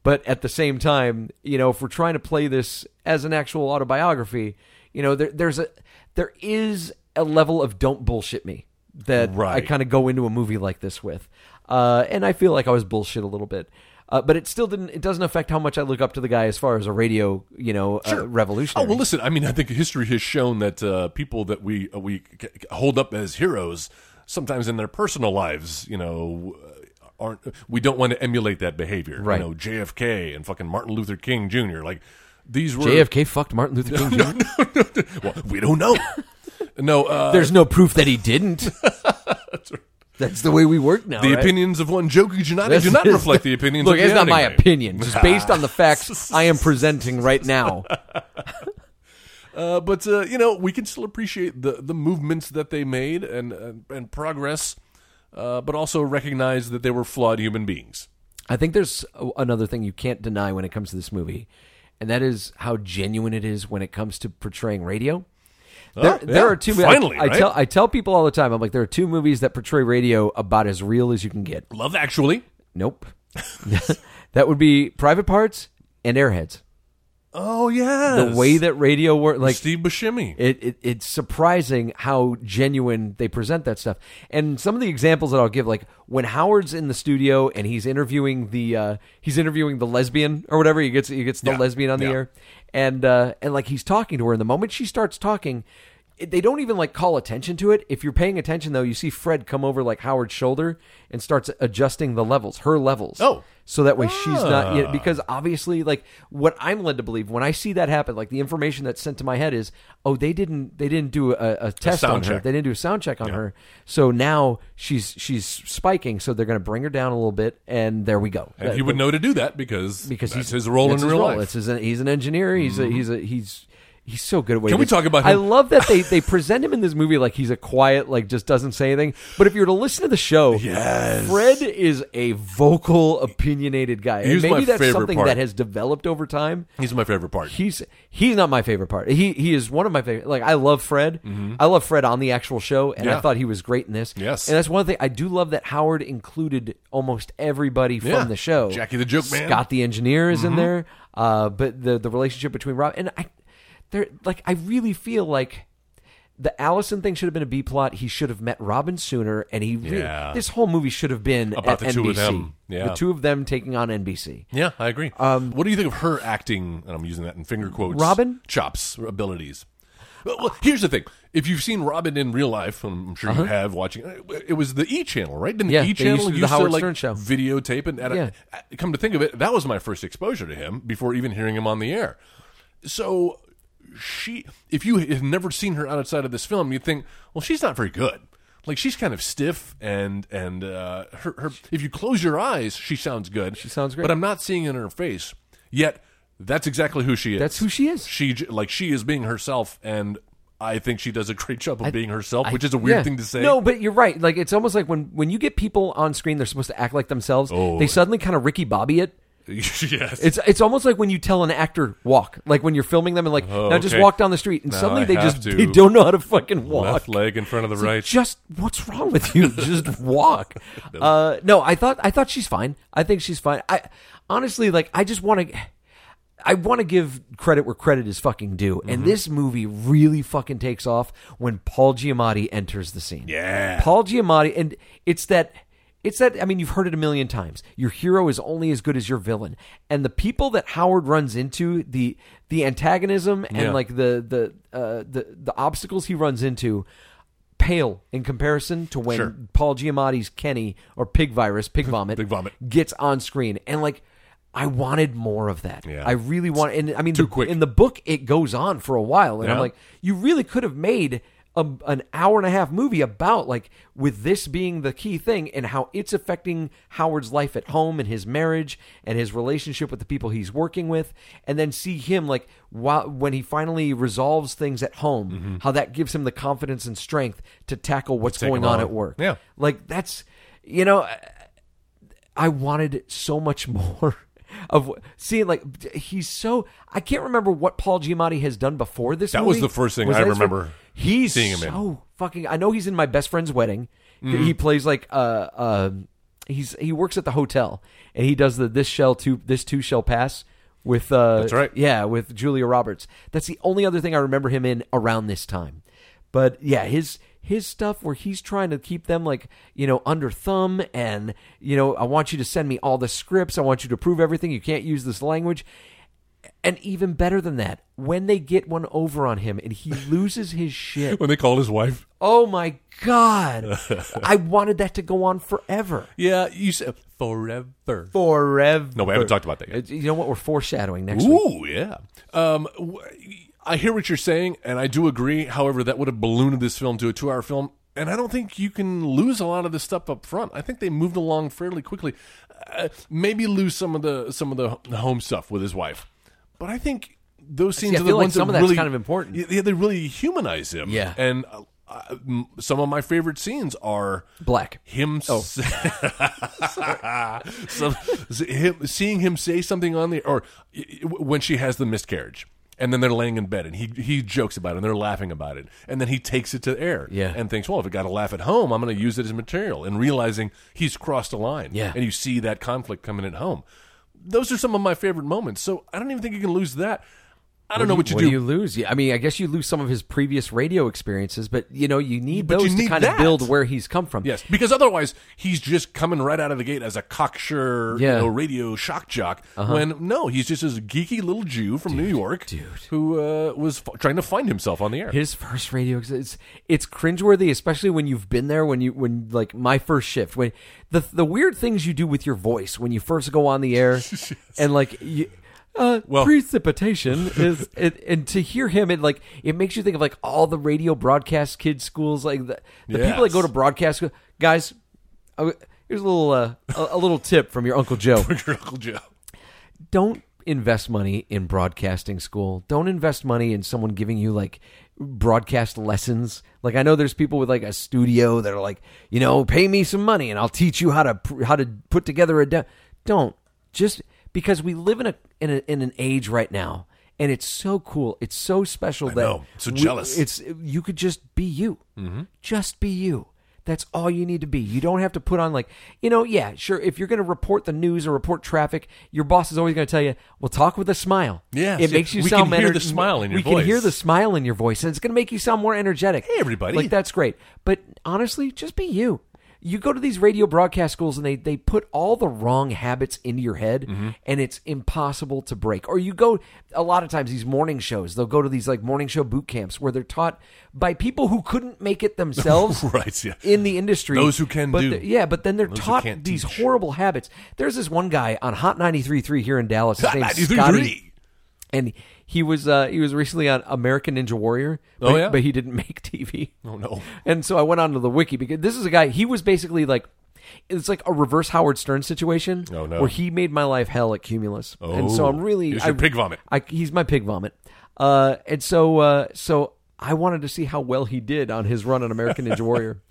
But at the same time, you know, if we're trying to play this as an actual autobiography, you know, there, there's a there is a level of don't bullshit me that I Right. kind of go into a movie like this with, uh, and I feel like I was bullshit a little bit. Uh, but it still didn't. It doesn't affect how much I look up to the guy as far as a radio, you know, uh, revolutionary. Oh well, listen. I mean, I think history has shown that uh, people that we uh, we c- c- hold up as heroes sometimes in their personal lives, you know, uh, aren't we don't want to emulate that behavior. Right. You know, JFK and fucking Martin Luther King Jr. Like these were JFK fucked Martin Luther King. Jr. Well, we don't know. no, uh, There's no proof that he didn't. that's, the way we work now. the right? opinions of one Joe Giannotti This do not is- reflect the opinions. Look, of the it's not my anime. opinion. Just based on the facts I am presenting right now. Uh, but uh, you know, we can still appreciate the the movements that they made and and, and progress, uh, but also recognize that they were flawed human beings. I think there's a- another thing you can't deny when it comes to this movie, and that is how genuine it is when it comes to portraying radio. There, Oh, yeah. there are two. Finally, I, I right? tell I tell people all the time. I'm like, there are two movies that portray radio about as real as you can get. Love Actually. Nope. that would be Private Parts and Airheads. Oh yeah, The way that radio works, like Steve Buscemi. it, it it's surprising how genuine they present that stuff. And some of the examples that I'll give, like when Howard's in the studio and he's interviewing the uh, he's interviewing the lesbian or whatever, he gets he gets the Yeah, lesbian on the yeah. air, and uh, and like he's talking to her, and the moment she starts talking. it- They don't even like call attention to it. If you're paying attention though, you see Fred come over like Howard's shoulder and starts adjusting the levels, her levels. Oh. so that way she's not yet because obviously like what I'm led to believe when I see that happen, like the information that's sent to my head is, oh, they didn't they didn't do a, a test on sound her. check. They didn't do a sound check on her. So now she's she's spiking, so they're gonna bring her down a little bit and there we go. And That- he would know to do that because because that's he's his role in that's his real role. life. Mm-hmm. It's his, he's an engineer. He's a, he's a, he's he's so good at what Can he we does. talk about I him? love that they they present him in this movie like he's a quiet, like just doesn't say anything. But if you were to listen to the show, Yes. Fred is a vocal, opinionated guy. And Here's maybe my that's favorite something part. that has developed over time. He's my favorite part. He's he's not my favorite part. He he is one of my favorite. Like I love Fred. I love Fred on the actual show, and Mm-hmm. Yeah. I thought he was great in this. Yes. and that's one thing I do love that Howard included almost everybody from Yeah. the show. Jackie the Joke Man. Mm-hmm. Scott the engineer is in there. Uh, but the the relationship between Rob and I, there like I really feel like. The Allison thing should have been a B plot. He should have met Robin sooner, and he. Really, Yeah. This whole movie should have been About at the two NBC. of them. Yeah. The two of them taking on NBC. yeah, I agree. what do you think of her acting? And I'm using that in finger quotes. Um, Robin? chops or abilities. Well, well, here's the thing: if you've seen Robin in real life, and I'm sure you have watching. It was the E Channel, right? Didn't the Uh-huh. Yeah, E they Channel used to do the used Howard like Stern show. videotape and edit? Uh, Come to think of it, that was my first exposure to him before even hearing him on the air. So she, if you have never seen her outside of this film, you'd think, well, she's not very good. Like she's kind of stiff, and and uh, her, her. If you close your eyes, she sounds good. She sounds great. But I'm not seeing it in her face yet. That's exactly who she is. That's who she is. She j- like she is being herself, and I think she does a great job of being herself, I- which is a weird yeah. thing to say. No, but you're right. Like it's almost like when when you get people on screen, they're supposed to act like themselves. Oh. They suddenly kind of Ricky Bobby it. yes, It's it's almost like when you tell an actor walk, like when you're filming them and like now just Oh, okay. walk down the street, and suddenly I they have just to. they don't know how to fucking walk. left leg in front of the It's like, right. Just what's wrong with you? Just walk. Uh, no, I thought I thought she's fine. I think she's fine. I honestly like I just want to. I want to give credit where credit is fucking due, Mm-hmm. and this movie really fucking takes off when Paul Giamatti enters the scene. Yeah. Paul Giamatti, and it's that. It's that I mean you've heard it a million times. Your hero is only as good as your villain, and the people that Howard runs into the the antagonism and Yeah. like the the uh, the the obstacles he runs into pale in comparison to when Sure. Paul Giamatti's Kenny or Pig Virus, Pig Vomit, Pig Vomit. gets on screen, and like I wanted more of that. Yeah. I really want, and I mean, the, quick. in the book it goes on for a while, and I'm Yeah. like, you really could have made. A, an hour and a half movie about like with this being the key thing and how it's affecting Howard's life at home and his marriage and his relationship with the people he's working with and then see him like while, when he finally resolves things at home how that gives him the confidence and strength to tackle what's Mm-hmm. take going them on on. at work Yeah. like that's you know I wanted so much more of what- seeing like he's so I can't remember what Paul Giamatti has done before this. That was movie. the first thing I that his remember first- He's seeing him in. so fucking. I know he's in my best friend's wedding. Mm-hmm. He plays like uh uh he's he works at the hotel and he does the this shell two this two shall pass with uh That's right. yeah with Julia Roberts. That's the only other thing I remember him in around this time. But yeah, his his stuff where he's trying to keep them like you know under thumb and you know I want you to send me all the scripts. I want you to prove everything. You can't use this language. And even better than that, when they get one over on him and he loses his shit. when they called his wife. Oh my god! I wanted that to go on forever. Yeah, you said forever. Forever. No, we haven't talked about that yet. Uh, You know what? We're foreshadowing next week. Ooh, yeah. Um, w- I hear what you're saying, and I do agree. However, that would have ballooned this film to a two hour film, and I don't think you can lose a lot of this stuff up front. I think they moved along fairly quickly. Uh, maybe lose some of the some of the home stuff with his wife, but I think those I scenes are the feel like ones some of that that's really kind of important. Yeah, they really humanize him. Yeah. and uh, I- m- some of my favorite scenes are Black. him s- Some- him- seeing him say something on the or y- y- when she has the miscarriage and then they're laying in bed and he he jokes about it and they're laughing about it and then he takes it to air Yeah. and thinks well if I got to laugh at home I'm going to use it as material and realizing he's crossed a line Yeah. and you see that conflict coming at home those are some of my favorite moments so I don't even think you can lose that I don't know what you what do. do you lose? Yeah, I mean, I guess you lose some of his previous radio experiences, but you know, you need But you those need to kind that. of build where he's come from. Yes, because otherwise he's just coming right out of the gate as a cocksure, Yeah. Uh-huh. you know, radio shock jock. When no, he's just this geeky little Jew from New York dude. who uh, was f- trying to find himself on the air. His first radio ex- it's it's cringeworthy, especially when you've been there. When you when like my first shift, when the the weird things you do with your voice when you first go on the air, and like you, uh, Well- precipitation is it, and to hear him it like it makes you think of like all the radio broadcast kids schools like the, the people that go Yes. to broadcast school guys. I, here's a little uh, a, a little tip from your uncle Joe. Your Uncle Joe. don't invest money in broadcasting school. Don't invest money in someone giving you like broadcast lessons. Like I know there's people with like a studio that are like, you know, pay me some money and I'll teach you how to pr- how to put together a de-. don't just because we live in a in a, in an age right now and it's so cool. It's so special that know. So we- jealous. Mm-hmm. It's you could just be you. Just be you. That's all you need to be. You don't have to put on like, you know, yeah, sure. If you're going to report the news or report traffic, your boss is always going to tell you, "Well, talk with a smile." Yes, it makes you we sound can hear ener- the smile in your We can hear voice. the smile in your voice, and it's going to make you sound more energetic. Hey, everybody. Like that's great. But honestly, just be you. You go to these radio broadcast schools and they, they put all the wrong habits into your head Mm-hmm. and it's impossible to break. Or you go a lot of times these morning shows, they'll go to these like morning show boot camps where they're taught by people who couldn't make it themselves Right, yeah. in the industry. Those who can but do. the- Yeah, but then they're Those who taught can't these teach. horrible habits. There's this one guy on Hot 93.3 here in Dallas. His name's Scotty 93.3. and he was uh, he was recently on American Ninja Warrior. But, Oh, yeah? but he didn't make TV. Oh, no. And so I went onto the wiki because this is a guy. He was basically like. It's like a reverse Howard Stern situation, Oh, no. where he made my life hell at Cumulus, and so Oh, I'm really he was your I- pig vomit. I, he's my pig vomit, uh, and so uh, so I wanted to see how well he did on his run on American Ninja Warrior,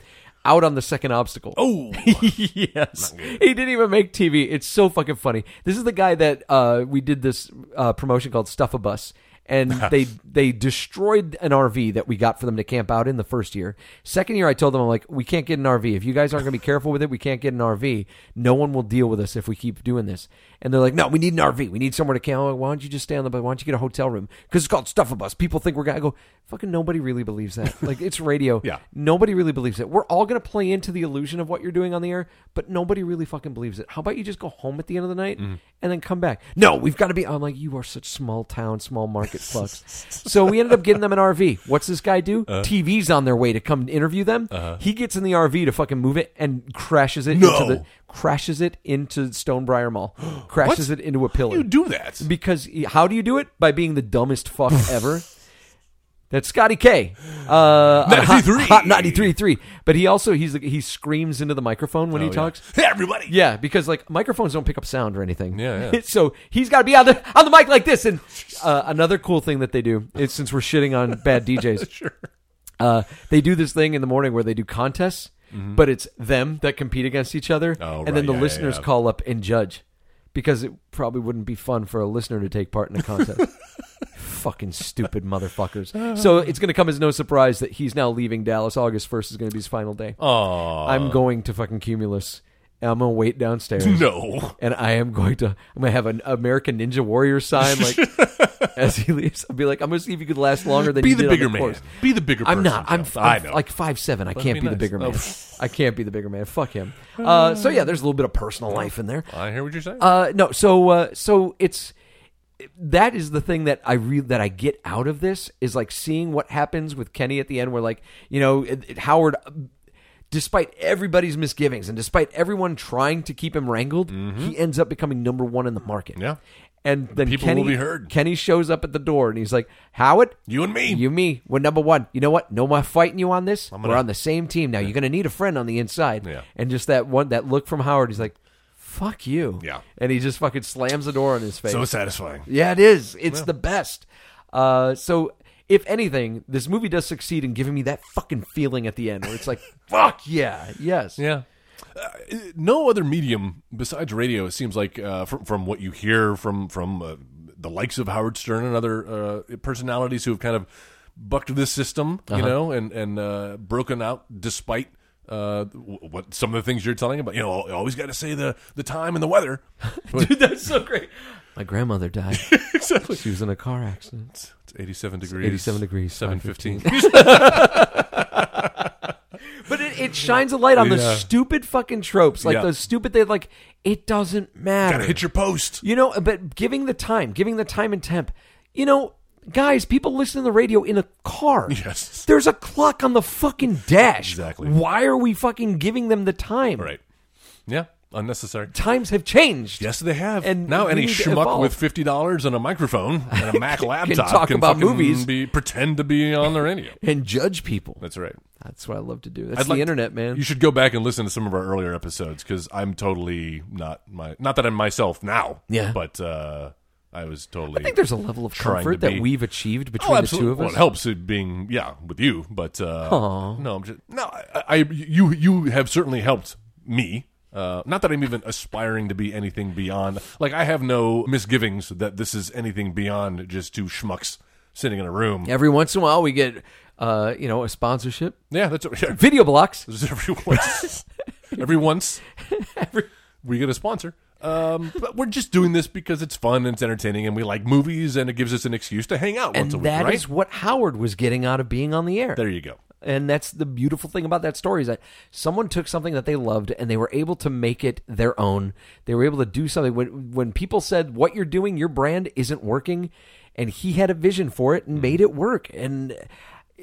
out on the second obstacle. Oh, yes. He didn't even make TV. It's so fucking funny. This is the guy that uh, we did this uh, promotion called Stuff a Bus. And they they destroyed an RV that we got for them to camp out in the first year. Second year, I told them I'm like, we can't get an RV. If you guys aren't going to be careful with it, we can't get an RV. No one will deal with us if we keep doing this. And they're like, no, we need an RV. We need somewhere to camp. I'm like, Why don't you just stay on the bus? Why don't you get a hotel room? Because it's called Stuff a Bus. People think we're gonna I go. Fucking nobody really believes that. Like it's radio. Yeah. Nobody really believes it. We're all going to play into the illusion of what you're doing on the air, but nobody really fucking believes it. How about you just go home at the end of the night Mm-hmm. and then come back? No, we've got to be. I'm like, you are such small town, small market fucks. so we ended up getting them an RV. What's this guy do? Uh-huh. TV's on their way to come interview them. He gets in the RV to fucking move it and crashes it No. into the crashes it into Stonebriar Mall. crashes it into a pillar. you do that. Because how do you do it? By being the dumbest fuck ever. That's Scotty K. Uh, 93. Hot, hot 93.3. But he also, he's he screams into the microphone when he talks. Hey, everybody. Yeah. because like microphones don't pick up sound or anything. Yeah, yeah. so he's got to be on the on the mic like this. And uh, another cool thing that they do is since we're shitting on bad DJs, sure. Uh, they do this thing in the morning where they do contests, but it's them that compete against each other, Mm-hmm. Oh, and right, then the yeah, yeah, listeners yeah. call up and judge because it probably wouldn't be fun for a listener to take part in a contest. Fucking stupid motherfuckers. So it's going to come as no surprise that he's now leaving Dallas. August 1st is going to be his final day. Aw, I'm going to fucking Cumulus. And I'm gonna wait downstairs, Uh, no. and I am going to. I'm gonna have an American Ninja Warrior sign, like as he leaves. I'll be like, I'm gonna see if you could last longer than Be you the did bigger on the man. course. Be the bigger I'm person, not. I'm, Jeff. I I'm know. like five seven. I can't be, the nice. bigger Oh. man. I can't be the bigger man. Fuck him. Uh, so yeah, there's a little bit of personal life in there. I hear what you're saying. Uh, no, so uh, so it's that is the thing that I re- that I get out of this is like seeing what happens with Kenny at the end, where like you know it- it- Howard, uh, despite everybody's misgivings and despite everyone trying to keep him wrangled, he ends up becoming number one in the market. Mm-hmm. Yeah. and then People Kenny will be heard. Kenny shows up at the door and he's like, Howard, you and me. you, me. We're number one. You know what? No more fighting you on this. gonna- We're on the same team now. You're gonna need a friend on the inside. Yeah. And just that one, that look from Howard. He's like, "Fuck you." Yeah. And he just fucking slams the door in his face. so satisfying. yeah, it is. It's the best. Uh, so if anything, this movie does succeed in giving me that fucking feeling at the end where it's like, "Fuck yeah, yes." Yeah. Uh, no other medium besides radio. It seems like uh, from, from what you hear from from uh, the likes of Howard Stern and other uh, Uh-huh. personalities who have kind of bucked this system, you know, and and uh, broken out despite uh, w- what some of the things you're telling about. You know, always got to say the the time and the weather. Dude, that's so great. My grandmother died. exactly. She was in a car accident. It's 87 degrees. 87 degrees, 715. But it, it shines a light on Yeah. those stupid fucking tropes, like Yeah. those stupid. They like it doesn't matter. Gotta hit your post. You know, but giving the time, giving the time and temp, you know, guys, people listen to the radio in a car. Yes. There's a clock on the fucking dash. Exactly. Why are we fucking giving them the time? Right. Yeah. Unnecessary. Times have changed. Yes, they have. And now we any need to schmuck evolve. with fifty dollars and a microphone and a Mac laptop talk about fucking movies. Be, pretend to be on the radio. And judge people. That's right. That's what I love to do. That's I'd the like to- internet, man. You should go back and listen to some of our earlier episodes because I'm totally not my not that I'm myself now. Yeah. but uh, I was totally. I think there's a level of Trying comfort to that be- we've achieved between Oh, the absolutely. two of Well, us. it helps it being yeah with you, but uh, no, I'm just no. I, I you you have certainly helped me. Uh, not that I'm even aspiring to be anything beyond. Like I have no misgivings that this is anything beyond just two schmucks sitting in a room. Every once in a while, we get, uh, you know, a sponsorship. Yeah, that's yeah, Video blocks. There's every once, every once, we get a sponsor. Um, but we're just doing this because it's fun and it's entertaining, and we like movies, and it gives us an excuse to hang out And once a week. that right? is what Howard was getting out of being on the air. there you go. And that's the beautiful thing about that story is that someone took something that they loved and they were able to make it their own. They were able to do something. When when people said, "What you're doing, your brand isn't working," and he had a vision for it and made it work. And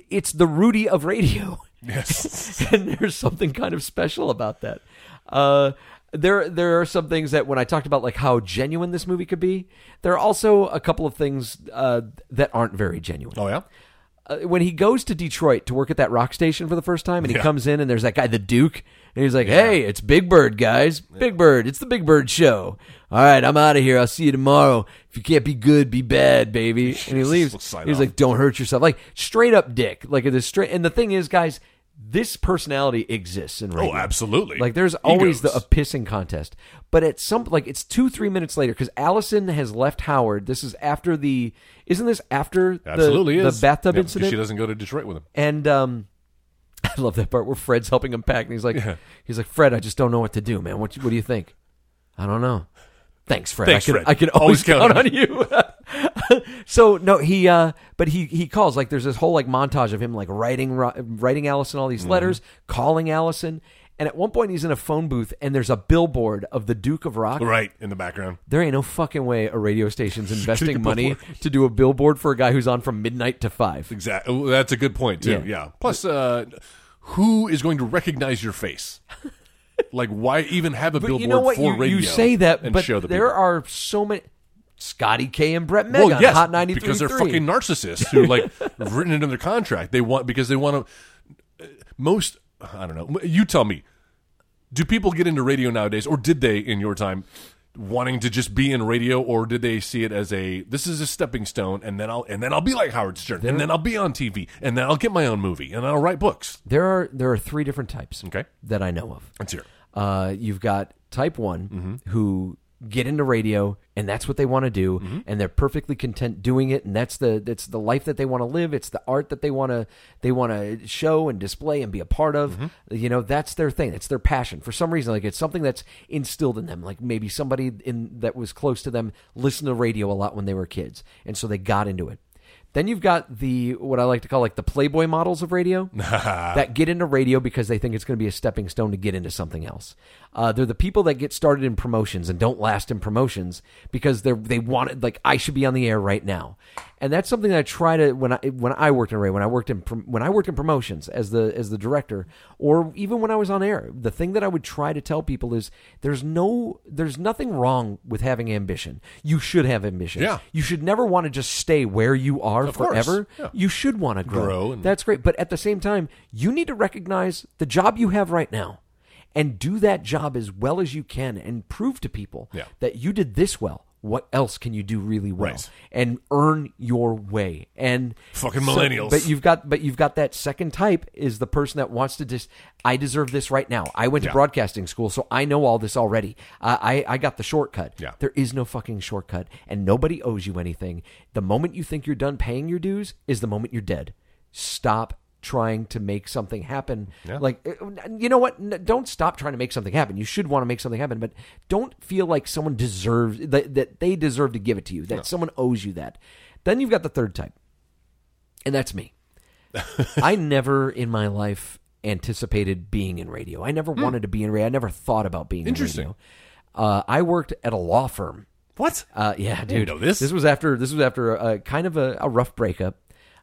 it's the Rudy of radio. Yes, and there's something kind of special about that. Uh, there, there are some things that when I talked about like how genuine this movie could be, there are also a couple of things uh, that aren't very genuine Oh yeah. uh, when he goes to Detroit to work at that rock station for the first time, and he Yeah. comes in, and there's that guy, the Duke, and he's like, "Hey, it's Big Bird, guys. Big Bird. It's the Big Bird show. All right, I'm out of here. I'll see you tomorrow. If you can't be good, be bad, baby." And he leaves. We'll sign He's off. like, "Don't hurt yourself." Like straight up dick. Like it is straight. And the thing is, guys, this personality exists in radio. Oh, absolutely. Like there's always the, Egos. a pissing contest, but at some like it's two three minutes later because Allison has left Howard. This is after the isn't this after the- absolutely the, is. bathtub Yeah, 'cause incident? She doesn't go to Detroit with him. And um, I love that part where Fred's helping him pack, and he's like, he's like, Fred, I just don't know what to do, man. What you- what do you think? I don't know. Thanks, Fred. Thanks, I can Fred. I can always, Always count count on you. so no, he uh, but he he calls like there's this whole like montage of him like writing Ro- writing Allison all Mm-hmm. these letters, calling Allison, and at one point he's in a phone booth and there's a billboard of the Duke of Rock Right in the background. there ain't no fucking way a radio station's investing a money billboard. to do a billboard for a guy who's on from midnight to five. Exactly. oh, That's a good point too. Yeah. Yeah. Plus, uh, who is going to recognize your face? like, why even have a But billboard you know what? for you, radio? you say that, and but show the there people? are so many. Scotty K and Brett Meg well, on yes, Hot 93.3. because they're fucking narcissists who like have written it in their contract. They want because they want to. Most I don't know. You tell me. Do people get into radio nowadays, or did they in your time? Wanting to just be in radio, or did they see it as a this is a stepping stone, and then I'll and then I'll be like Howard Stern, and then I'll be on TV, and then I'll get my own movie, and I'll write books. There are there are three different types. Okay. That I know of. That's here. Uh, you've got type one who get into radio and that's what they want to do, and they're perfectly content doing it, and that's the that's the life that they want to live. It's the art that they want to they want to show and display and be a part of. You know, that's their thing. It's their passion. For some reason, like it's something that's instilled in them. Like maybe somebody in that was close to them listened to radio a lot when they were kids, and so they got into it. Then you've got the what I like to call like the Playboy models of radio that get into radio because they think it's going to be a stepping stone to get into something else. Uh, they're the people that get started in promotions and don't last in promotions because they're they wanted like I should be on the air right now, and that's something that I try to when I when I worked in radio when I worked in prom- when I worked in promotions as the as the director or even when I was on air the thing that I would try to tell people is there's no there's nothing wrong with having ambition you should have ambition Yeah. you should never want to just stay where you are course. forever. Yeah. You should want to grow. Grow and- That's great. But at the same time, you need to recognize the job you have right now and do that job as well as you can and prove to people Yeah. that you did this well. What else can you do really well Right. and earn your way? And Fucking so- millennials. but you've got but you've got that second type is the person that wants to just I deserve this right now. I went to Yeah. broadcasting school, so I know all this already. I I, I got the shortcut. Yeah. There there is no fucking shortcut, and nobody owes you anything. The moment you think you're done paying your dues is the moment you're dead. Stop trying to make something happen. Yeah. Like, uh, you know what? N- Don't stop trying to make something happen. You should want to make something happen, but don't feel like someone deserves that, that they deserve to give it to you, that someone owes you that. Then you've got the third type, and that's me. I never in my life anticipated being in radio. I never wanted to be in radio. I never thought about being Hmm. Interesting. In radio. Uh, I worked at a law firm. What? Uh, yeah, dude. know this. was after this was after a, kind of a, a rough breakup,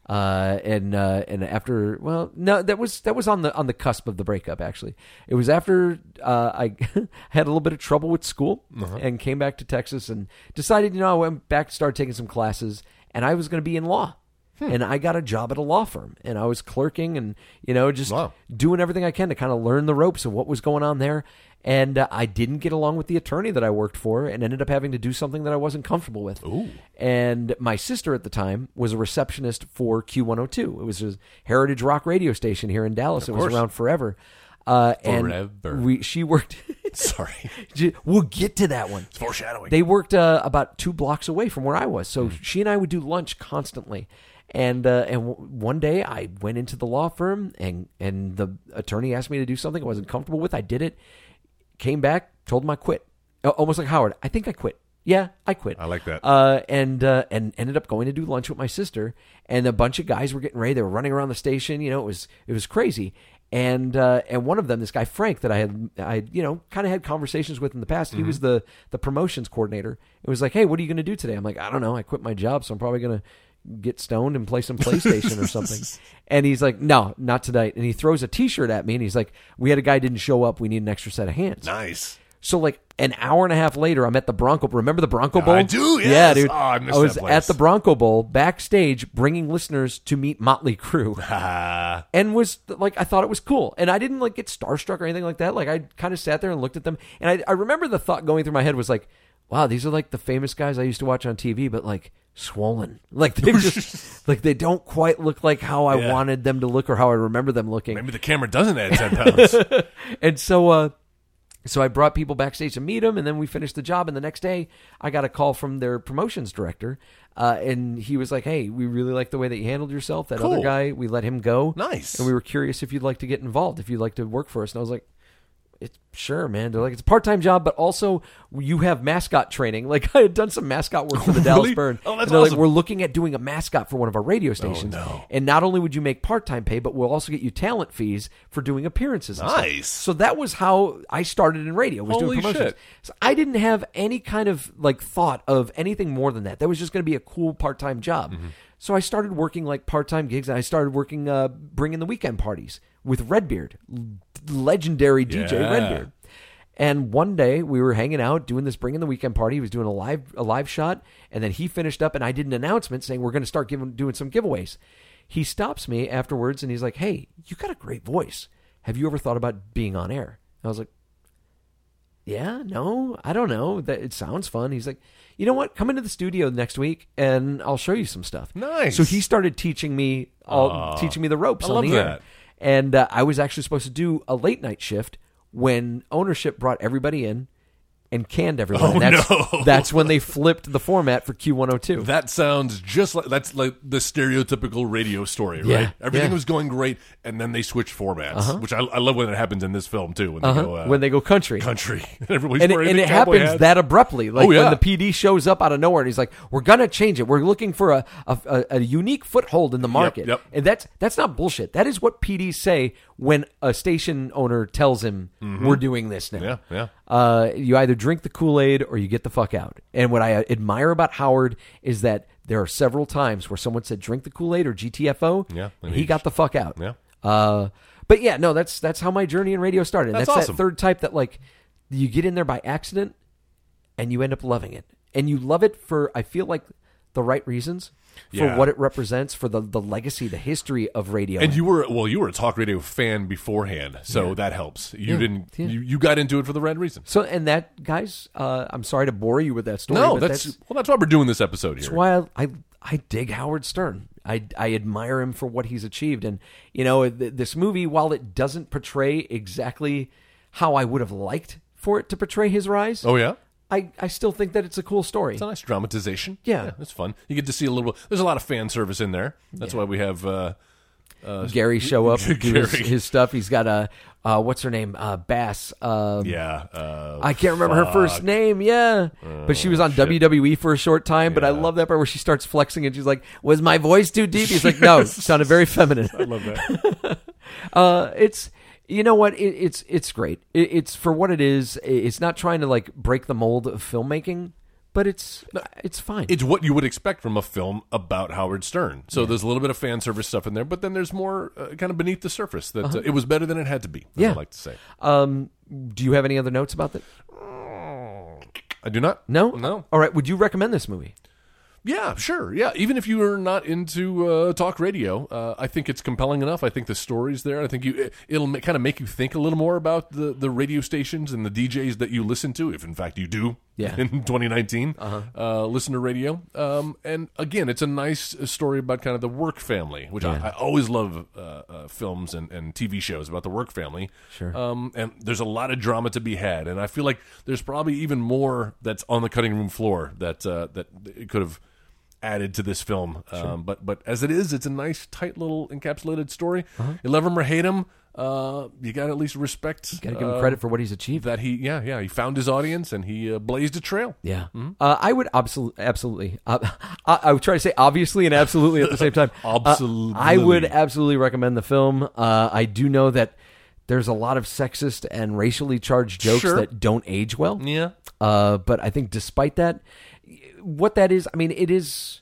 uh, and uh, and after well, no, that was that was on the on the cusp of the breakup. Actually, it was after uh, I had a little bit of trouble with school Uh-huh. and came back to Texas and decided, you know, I went back started taking some classes, and I was going to be in law. Hmm. And I got a job at a law firm, and I was clerking, and you know, just Wow. doing everything I can to kind of learn the ropes of what was going on there. And uh, I didn't get along with the attorney that I worked for and ended up having to do something that I wasn't comfortable with. And my sister at the time was a receptionist for Q102. It was a heritage rock radio station here in Dallas. It was course. around forever. Uh, Forever. And we, she worked. Sorry. we'll get to that one. Foreshadowing. They worked uh, about two blocks away from where I was, Hmm. so she and I would do lunch constantly. And uh, and w- one day I went into the law firm, and and the attorney asked me to do something I wasn't comfortable with. I did it. Came back, told him I quit. Al- Almost like Howard. I think I quit. Yeah, I quit. I like that. Uh, and uh, and ended up going to do lunch with my sister, and a bunch of guys were getting ready. They were running around the station. You know, it was it was crazy. And uh, and one of them, this guy Frank, that I had I had, you know kind of had conversations with in the past. He was the the promotions coordinator. It was like, hey, what are you going to do today? I'm like, I don't know. I quit my job, so I'm probably going to get stoned and play some PlayStation or something. And he's like, no, not tonight. And he throws a T-shirt at me, and he's like, we had a guy didn't show up. We need an extra set of hands. Nice. So like an hour and a half later, I'm at the Bronco. Remember the Bronco Bowl? I do, yes. Yeah, dude. Oh, I miss was that place. at the Bronco Bowl backstage, bringing listeners to meet Motley Crue, Ah. and was like, I thought it was cool, and I didn't like get starstruck or anything like that. Like I kind of sat there and looked at them, and I, I remember the thought going through my head was like, Wow, these are like the famous guys I used to watch on TV, but like swollen, like they just like they don't quite look like how I Yeah. wanted them to look or how I remember them looking Maybe the camera doesn't add 10 pounds. and so uh so I brought people backstage to meet him, and then we finished the job. And the next day, I got a call from their promotions director, uh, and he was like, "Hey, we really like the way that you handled yourself. That other Cool. guy, we let him go. Nice. And we were curious if you'd like to get involved, if you'd like to work for us." And I was like, it's sure, man. They're like, it's a part time job, but also you have mascot training. Like I had done some mascot work for the Dallas Really? Burn. Oh, that's and they're awesome. like, we're looking at doing a mascot for one of our radio stations. Oh, no. And not only would you make part time pay, but we'll also get you talent fees for doing appearances. and stuff." Nice. So that was how I started in radio. Was Holy doing promotions. shit. So I didn't have any kind of like thought of anything more than that. That was just going to be a cool part time job. So I started working like part time gigs. And I started working, uh, bringing the weekend parties with Redbeard, l- legendary DJ Yeah. Redbeard. And one day we were hanging out doing this bringing the weekend party. He was doing a live a live shot, and then he finished up, and I did an announcement saying we're going to start giving doing some giveaways. He stops me afterwards, and he's like, "Hey, you got a great voice. Have you ever thought about being on air?" I was like, yeah, no, I don't know. That it sounds fun. He's like, you know what? Come into the studio next week, and I'll show you some stuff. Nice. So he started teaching me, all, teaching me the ropes. I on love the air. that. And uh, I was actually supposed to do a late night shift when ownership brought everybody in and canned everyone. Oh, and that's, no. that's when they flipped the format for Q one hundred two. That sounds just like that's like the stereotypical radio story, Yeah, right? Everything yeah. Uh-huh. was going great, and then they switched formats, which I, I love when it happens in this film too. When they go uh, when they go country, country, everybody's and it, wearing and the it cowboy happens hat. that abruptly. Like Oh, yeah. when the PD shows up out of nowhere and he's like, "We're gonna change it. We're looking for a a, a, a unique foothold in the market." yep. And that's that's not bullshit. That is what PDs say when a station owner tells him, "We're doing this now." Mm-hmm. Yeah, yeah. Uh, you either drink the Kool Aid or you get the fuck out. And what I admire about Howard is that there are several times where someone said, "Drink the Kool Aid" or GTFO. Yeah, and and he he- got the fuck out. Yeah. Uh, but yeah, no, that's that's how my journey in radio started. That's, That's that's awesome. that third type that like you get in there by accident and you end up loving it. And you love it for I feel like the right reasons for Yeah. what it represents for the the legacy, the history of radio. and you were well, you were a talk radio fan beforehand, so that helps. You didn't yeah. you, you got into it for the right reason. so and that guys, uh, I'm sorry to bore you with that story. No, but that's, well, that's why we're doing this episode here. That's why I, I I dig Howard Stern. I I admire him for what he's achieved, and you know th- this movie, while it doesn't portray exactly how I would have liked for it to portray his rise, oh yeah. I I still think that it's a cool story. It's a nice dramatization. Yeah. it's fun. You get to see a little. There's a lot of fan service in there. That's why we have uh, Gary show up, do his, Gary. his stuff. He's got a uh, what's her name? Uh, Bass. Um, Yeah. Uh, I can't remember her first name. Yeah, but she was on WWE for a short time. But I love that part where she starts flexing and she's like, "Was my voice too deep?" He's like, "No, it sounded very feminine." I love that. uh, it's you know what? It, it's it's great. It, it's for what it is. It- It's not trying to like break the mold of filmmaking, but it's it's fine. it's what you would expect from a film about Howard Stern. So there's a little bit of fan service stuff in there, but then there's more uh, kind of beneath the surface that uh, it was better than it had to be. as Uh-huh. Yeah. I like to say. um, do you have any other notes about that? I do not. No, No. All right. Would you recommend this movie? Yeah, sure. Yeah, even if you are not into uh, talk radio, uh, I think it's compelling enough. I think the story's there. I think you it- it'll kind of make you think a little more about the, the radio stations and the DJs that you listen to, if in fact you do. Yeah. In 2019, uh-huh. listen to radio. Um, and again, it's a nice story about kind of the work family, which I, I always love uh, uh, films and, and TV shows about the work family. Sure. Um, and there's a lot of drama to be had, and I feel like there's probably even more that's on the cutting room floor that uh, that it could have added to this film. Um, but but as it is, it's a nice, tight little encapsulated story. Uh-huh. You love him or hate him, uh, you got to at least respect. Got to give him uh, credit for what he's achieved. that he yeah yeah he found his audience and he uh, blazed a trail. Yeah, Mm-hmm. uh, I would absolutely, absolutely. Uh, I, I would try to say obviously and absolutely at the same time. Uh, Absolutely. I would absolutely recommend the film. Uh, I do know that there's a lot of sexist and racially charged jokes Sure. that don't age well. Yeah. Uh, but I think despite that, what that is, I mean, it is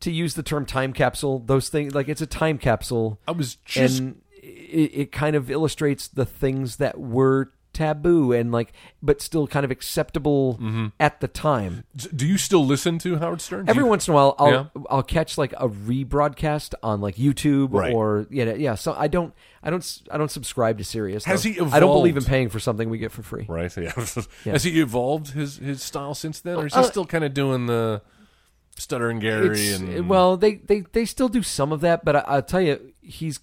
to use the term time capsule. Those things, like it's a time capsule. I was just- and it, it kind of illustrates the things that were taboo and like, but still kind of acceptable at the time. D- Do you still listen to Howard Stern? Mm-hmm. Do Every you- once in a while, I'll Yeah. I'll catch like a rebroadcast on like YouTube Right. or yeah yeah. So I don't I don't s- I don't subscribe to Sirius. Has he I don't believe in evolved? paying for something we get for free. right? Yeah. Has he evolved his his style since then, or is he Uh, still kind of doing the stutter and Gary It's- and well, they, they they still do some of that, but I, I'll tell you, he's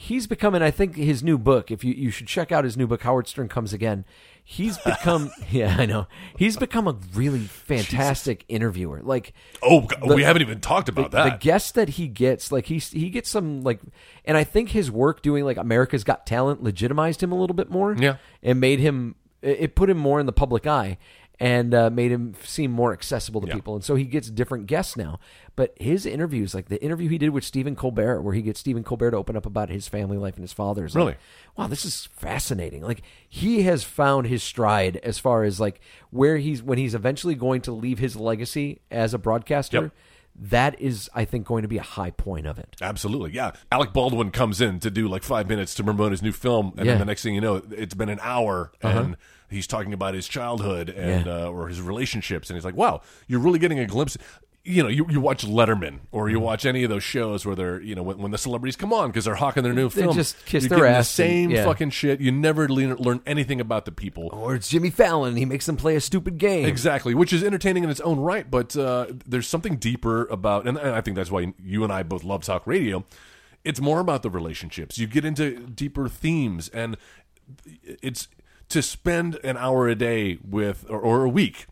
he's becoming. I think his new book. If you you should check out his new book, Howard Stern comes again. He's become yeah, I know. He's become a really fantastic interviewer. Like oh God, the- we haven't even talked about the that. guests that he gets, like he he gets some like, and I think his work doing like America's Got Talent legitimized him a little bit more. Yeah. and made him it it put him more in the public eye and uh, made him seem more accessible to people. And so he gets different guests now. But his interviews, like the interview he did with Stephen Colbert, where he gets Stephen Colbert to open up about his family life and his father's, Really? like, wow, this is fascinating. Like he has found his stride as far as like where he's when he's eventually going to leave his legacy as a broadcaster. Yep. That is, I think, going to be a high point of it. Absolutely, yeah. Alec Baldwin comes in to do like five minutes to promote his new film, and then Yeah. Uh-huh. the next thing you know, it's been an hour, and he's talking about his childhood and uh, or his relationships, and he's like, "Wow, you're really getting a glimpse." You know, you, you watch Letterman or Mm-hmm. you watch any of those shows where they're you know when, when the celebrities come on because they're hawking their new film, just kiss you're their getting ass The and- same yeah. fucking shit. You never learn, learn anything about the people. Or it's Jimmy Fallon. He makes them play a stupid game. Exactly, which is entertaining in its own right, but uh, there's something deeper about, and, and I think that's why you and I both love talk radio. It's more about the relationships. You get into deeper themes, and it's to spend an hour a day with, or, or a week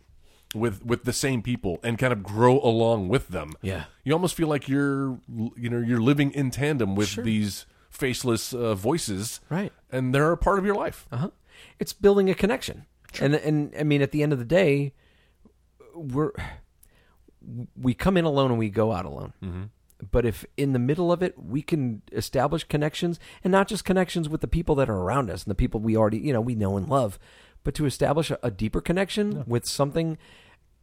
with, with the same people and kind of grow along with them. Yeah. you almost feel like you're, you know, you're living in tandem with these faceless uh, voices, Right. And they're a part of your life. Uh-huh. It's building a connection. And and I mean at the end of the day we're we come in alone and we go out alone. Mm-hmm. But if in the middle of it we can establish connections and not just connections with the people that are around us and the people we already, you know, we know and love, but to establish a, a deeper connection with something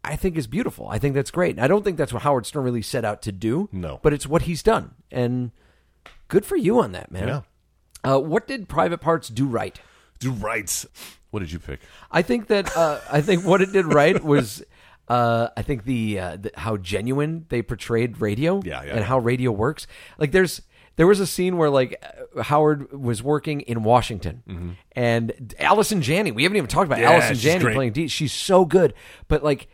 I think is beautiful. I think that's great. And I don't think that's what Howard Stern really set out to do. No. But it's what he's done. And good for you on that, man. Yeah. Uh, what did Private Parts do right? Do right. What did you pick? I think that uh, I think what it did right was uh, I think the, uh, the how genuine they portrayed radio Yeah, yeah. and how radio works. Like there's there was a scene where like uh, Howard was working in Washington and Allison Janney. We haven't even talked about Mm-hmm. Yeah, Allison she's Janney great. playing D. She's so good, but like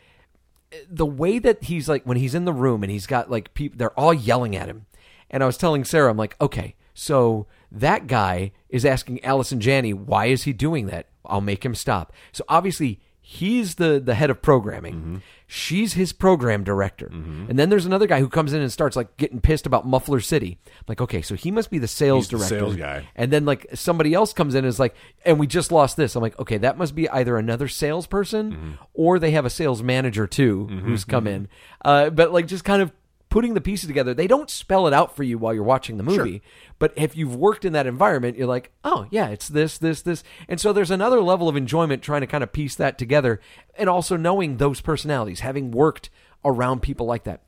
the way that he's like when he's in the room and he's got like people they're all yelling at him and i was telling sarah i'm like okay so that guy is asking allison janney why is he doing that i'll make him stop so obviously He's the the head of programming. Mm-hmm. She's his program director. And then there's another guy who comes in and starts like getting pissed about Muffler City. I'm like, okay, so he must be the sales He's the director. sales guy. And then like somebody else comes in and is like, and we just lost this. I'm like, okay, that must be either another salesperson or they have a sales manager too who's come in. Uh, but like just kind of putting the pieces together. They don't spell it out for you while you're watching the movie, but if you've worked in that environment, you're like, oh yeah, it's this, this, this. And so there's another level of enjoyment trying to kind of piece that together and also knowing those personalities, having worked around people like that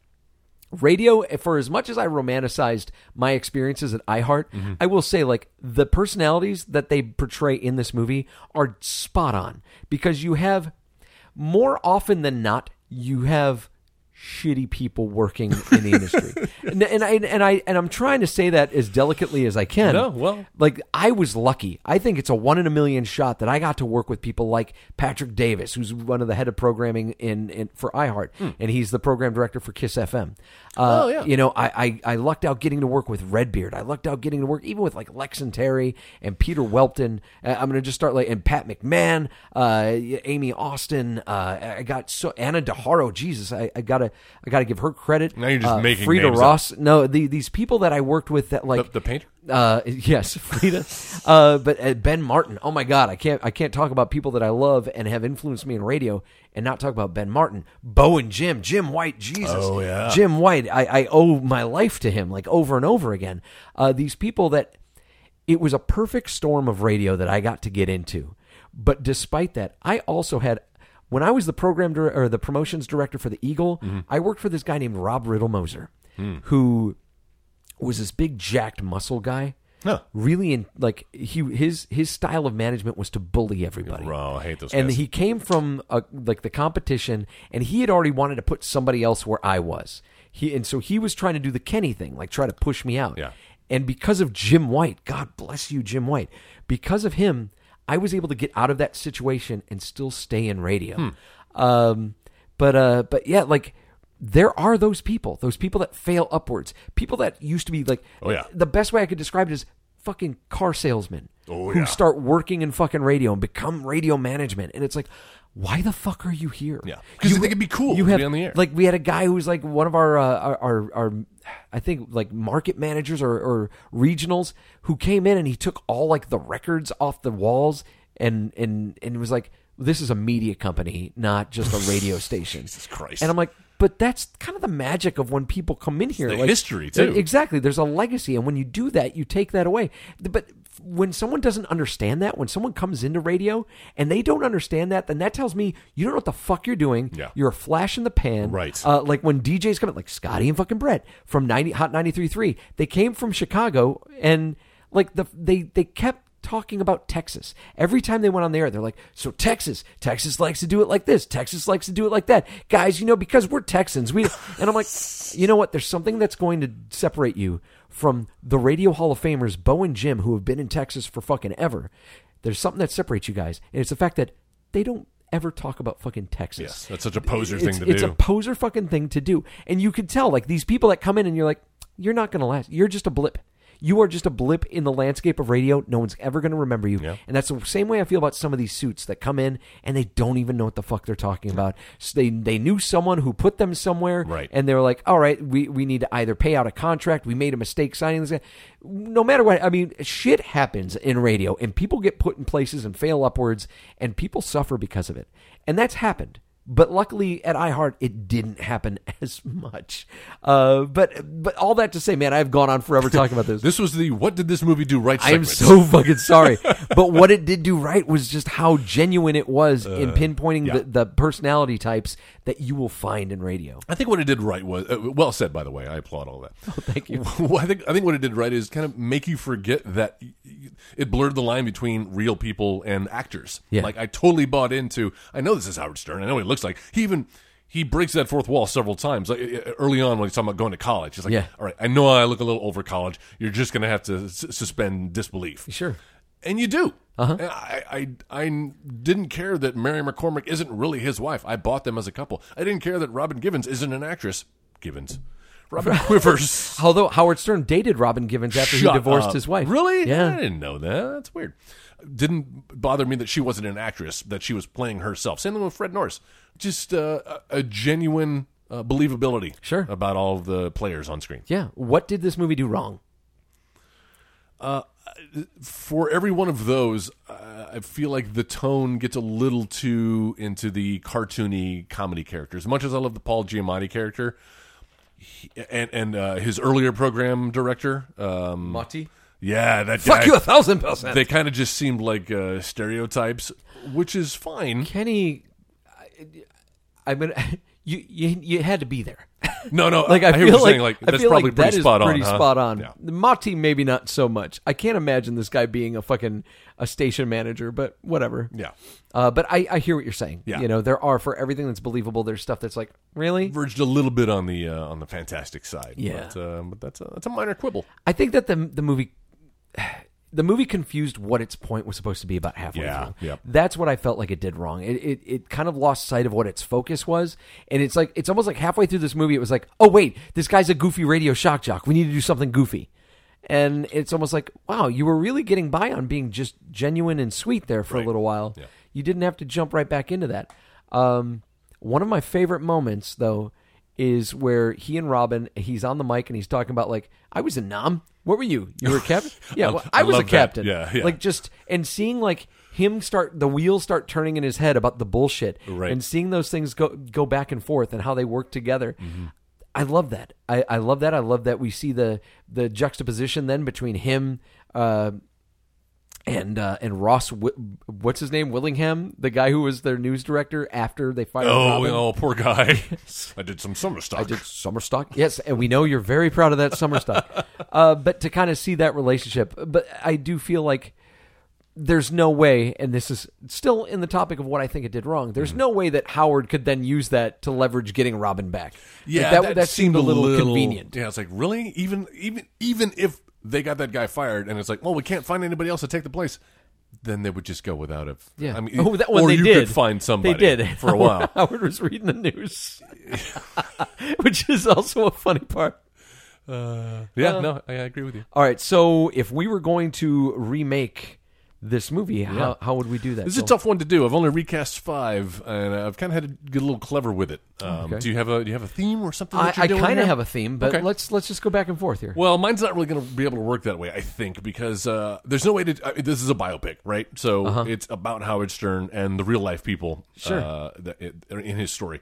radio for as much as i romanticized my experiences at iheart Mm-hmm. i will say like the personalities that they portray in this movie are spot on because you have more often than not you have shitty people working in the industry and, and i and i and i'm trying to say that as delicately as i can No, well- like I was lucky. I think it's a one in a million shot that I got to work with people like Patrick Davis, who's one of the head of programming in, in for iHeart, and he's the program director for Kiss FM. Uh, Hmm. Oh, yeah. You know, I, I I lucked out getting to work with Redbeard. I lucked out getting to work even with like Lex and Terry and Peter Welton. Uh, I'm going to just start like and Pat McMahon, uh, Amy Austin. Uh, I got so Anna DeHaro. Jesus, I, I gotta I gotta give her credit. Now you're just Uh, making Frida names up. Ross. No, the, these people that I worked with that like The- the painter? uh, yes, Frida. uh, but uh, Ben Martin. Oh my God, I can't. I can't talk about people that I love and have influenced me in radio and not talk about Ben Martin, Bo and Jim, Jim White. Jesus, oh yeah, Jim White. I, I owe my life to him, like over and over again. Uh, these people that it was a perfect storm of radio that I got to get into. But despite that, I also had when I was the program dir- or the promotions director for the Eagle, Mm-hmm. I worked for this guy named Rob Riddlemoser, Hmm. who was this big jacked muscle guy. Huh. Really in like he his his style of management was to bully everybody. Oh, I hate those And guys. he came from uh like the competition and he had already wanted to put somebody else where I was. He and so he was trying to do the Kenny thing, like try to push me out. Yeah. And because of Jim White, God bless you, Jim White. Because of him, I was able to get out of that situation and still stay in radio. Hmm. Um, but uh, but yeah, like there are those people, those people that fail upwards, people that used to be like, Oh, yeah. The best way I could describe it is fucking car salesmen Oh, who yeah. start working in fucking radio and become radio management, and it's like. Why the fuck are you here? Yeah. You- 'Cause they think it'd be cool You to have be on the air. like we had a guy who was like one of our uh, our, our our I think like market managers or, or regionals who came in and he took all like the records off the walls and and and was like this is a media company not just a radio station. Jesus Christ. And I'm like but that's kind of the magic of when people come in here. the like- e- history, too. Exactly. There's a legacy, and when you do that, you take that away. But when someone doesn't understand that, when someone comes into radio and they don't understand that, then that tells me you don't know what the fuck you're doing. Yeah. You're a flash in the pan. Right. Uh, like when DJs come in, like Scotty and fucking Brett from 90, Hot 93.3, they came from Chicago and like the they they kept talking about Texas. Every time they went on the air, they're like, so Texas, Texas likes to do it like this. Texas likes to do it like that. Guys, you know, because we're Texans, we, and I'm like, you know what? There's something that's going to separate you from the Radio Hall of Famers, Bo and Jim, who have been in Texas for fucking ever. There's something that separates you guys. And it's the fact that they don't ever talk about fucking Texas Yes, that's such a poser it's, thing to it's do. a poser fucking thing to do. And you could tell, like, these people that come in and you're like, you're not going to last. You're just a blip. You are just a blip in the landscape of radio. No one's ever going to remember you. And that's the same way I feel about some of these suits that come in and they don't even know what the fuck they're talking about. So they, they knew someone who put them somewhere. Right. And they were like, all right, we, we need to either pay out a contract. We made a mistake signing this. guy." No matter what, I mean, shit happens in radio and people get put in places and fail upwards and people suffer because of it. And that's happened. But luckily at iHeart, it didn't happen as much. Uh, but but all that to say, man, I've gone on forever talking about this. this was the what did this movie do right I am segment. so fucking sorry. but what it did do right was just how genuine it was in pinpointing Uh, yeah. the, the personality types that you will find in radio. I think what it did right was uh, well said. By the way, I applaud all that. Oh, thank you. I think I think what it did right is kind of make you forget that y- y- it blurred the line between real people and actors. Yeah. Like I totally bought into. I know this is Howard Stern. I know what he looks like. He even he breaks that fourth wall several times. Like uh, early on when he's talking about going to college, he's like, Yeah. "All right, I know I look a little old for college. You're just going to have to s- suspend disbelief." Sure. And you do. Uh-huh. And I, I, I didn't care that Mary McCormick isn't really his wife. I bought them as a couple. I didn't care that Robin Givens isn't an actress. Givens. Robin Quivers. Although Howard Stern dated Robin Givens after Shut he divorced up. his wife. Really? I Yeah. didn't know that. That's weird. Didn't bother me that she wasn't an actress, that she was playing herself. Same thing with Fred Norris. Just uh, a a genuine uh, believability Sure. about all of the players on screen. Yeah. What did this movie do wrong? For every one of those, uh, I feel like the tone gets a little too into the cartoony comedy characters. As much as I love the Paul Giamatti character he- and, and uh, his earlier program director, um, Mati? yeah, that Fuck guy- you a thousand percent. they kind of just seemed like uh, stereotypes, which is fine. Kenny, I, I mean, you, you you had to be there. No, no, Like I, hear feel what you're like, saying. Like I that's feel probably like pretty that is spot on. pretty huh? spot on. Yeah. Mati maybe not so much. I can't imagine this guy being a fucking a station manager, but whatever. Yeah. Uh, but I, I hear what you're saying. Yeah. You know, there are for everything that's believable. There's stuff that's like really. Verged a little bit on the uh, on the fantastic side. Yeah. but, uh, but that's a, that's a minor quibble. I think that the the movie the movie confused what its point was supposed to be about halfway Yeah, through. yep. That's what I felt like it did wrong. It, it it kind of lost sight of what its focus was, and it's like it's almost like halfway through this movie, it was like, oh wait, this guy's a goofy radio shock jock. We need to do something goofy, and it's almost like, wow, you were really getting by on being just genuine and sweet there for a little while. You didn't have to jump right back into that. Um, one of my favorite moments though is where he and Robin, he's on the mic and he's talking about like, I was a nom. What were you? You were a captain? Yeah, well, I, I was a love that. captain. Yeah, yeah. Like just and seeing like him start the wheels start turning in his head about the bullshit Right. and seeing those things go go back and forth and how they work together. Mm-hmm. I love that. I, I love that. I love that we see the the juxtaposition then between him uh, and uh, and Ross. Wi- what's his name? Willingham, the guy who was their news director after they fired. Oh, Robin. oh, poor guy. I did some summer stock. Did summer stock? Yes, and we know you're very proud of that summer stock. Uh, but to kind of see that relationship, but I do feel like there's no way, and this is still in the topic of what I think it did wrong. There's no way that Howard could then use that to leverage getting Robin back. yeah, Like, that, that, seemed, a little, convenient. Yeah, it's like really even even even if they got that guy fired, and it's like, well, we can't find anybody else to take the place. Then they would just go without a. Yeah, I mean, Oh, that one or they you did. could find somebody. They did for a while. Howard was reading the news, which is also a funny part. Yeah, Uh. no, I I agree with you. All right, so if we were going to remake this movie, how, how would we do that? This is a Bill? tough one to do. I've only recast five, and I've kind of had to get a little clever with it. Um, Do you have a Do you have a theme or something? I, that you're I doing kind of here? have a theme, but Okay. let's let's just go back and forth here. Well, mine's not really going to be able to work that way, I think, because uh, there's no way to. I mean, this is a biopic, right? So it's about Howard Stern and the real life people Uh-huh. Sure. uh, that, in his story.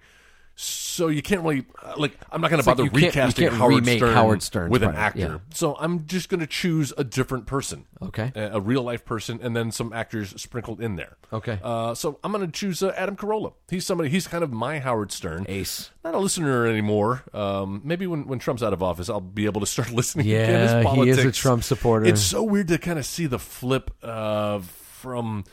So you can't really uh, like. I'm not going to like bother you can't- you recasting can't Howard, remake Stern Howard Stern's with an part, actor. yeah. So I'm just going to choose a different person, Okay. a, a real life person, and then some actors sprinkled in there. Okay. Uh, so I'm going to choose uh, Adam Carolla. He's somebody. He's kind of my Howard Stern. Ace. Not a listener anymore. Um, maybe when, when Trump's out of office, I'll be able to start listening. Yeah, again. His he is a politics. Trump supporter. It's so weird to kind of see the flip uh, from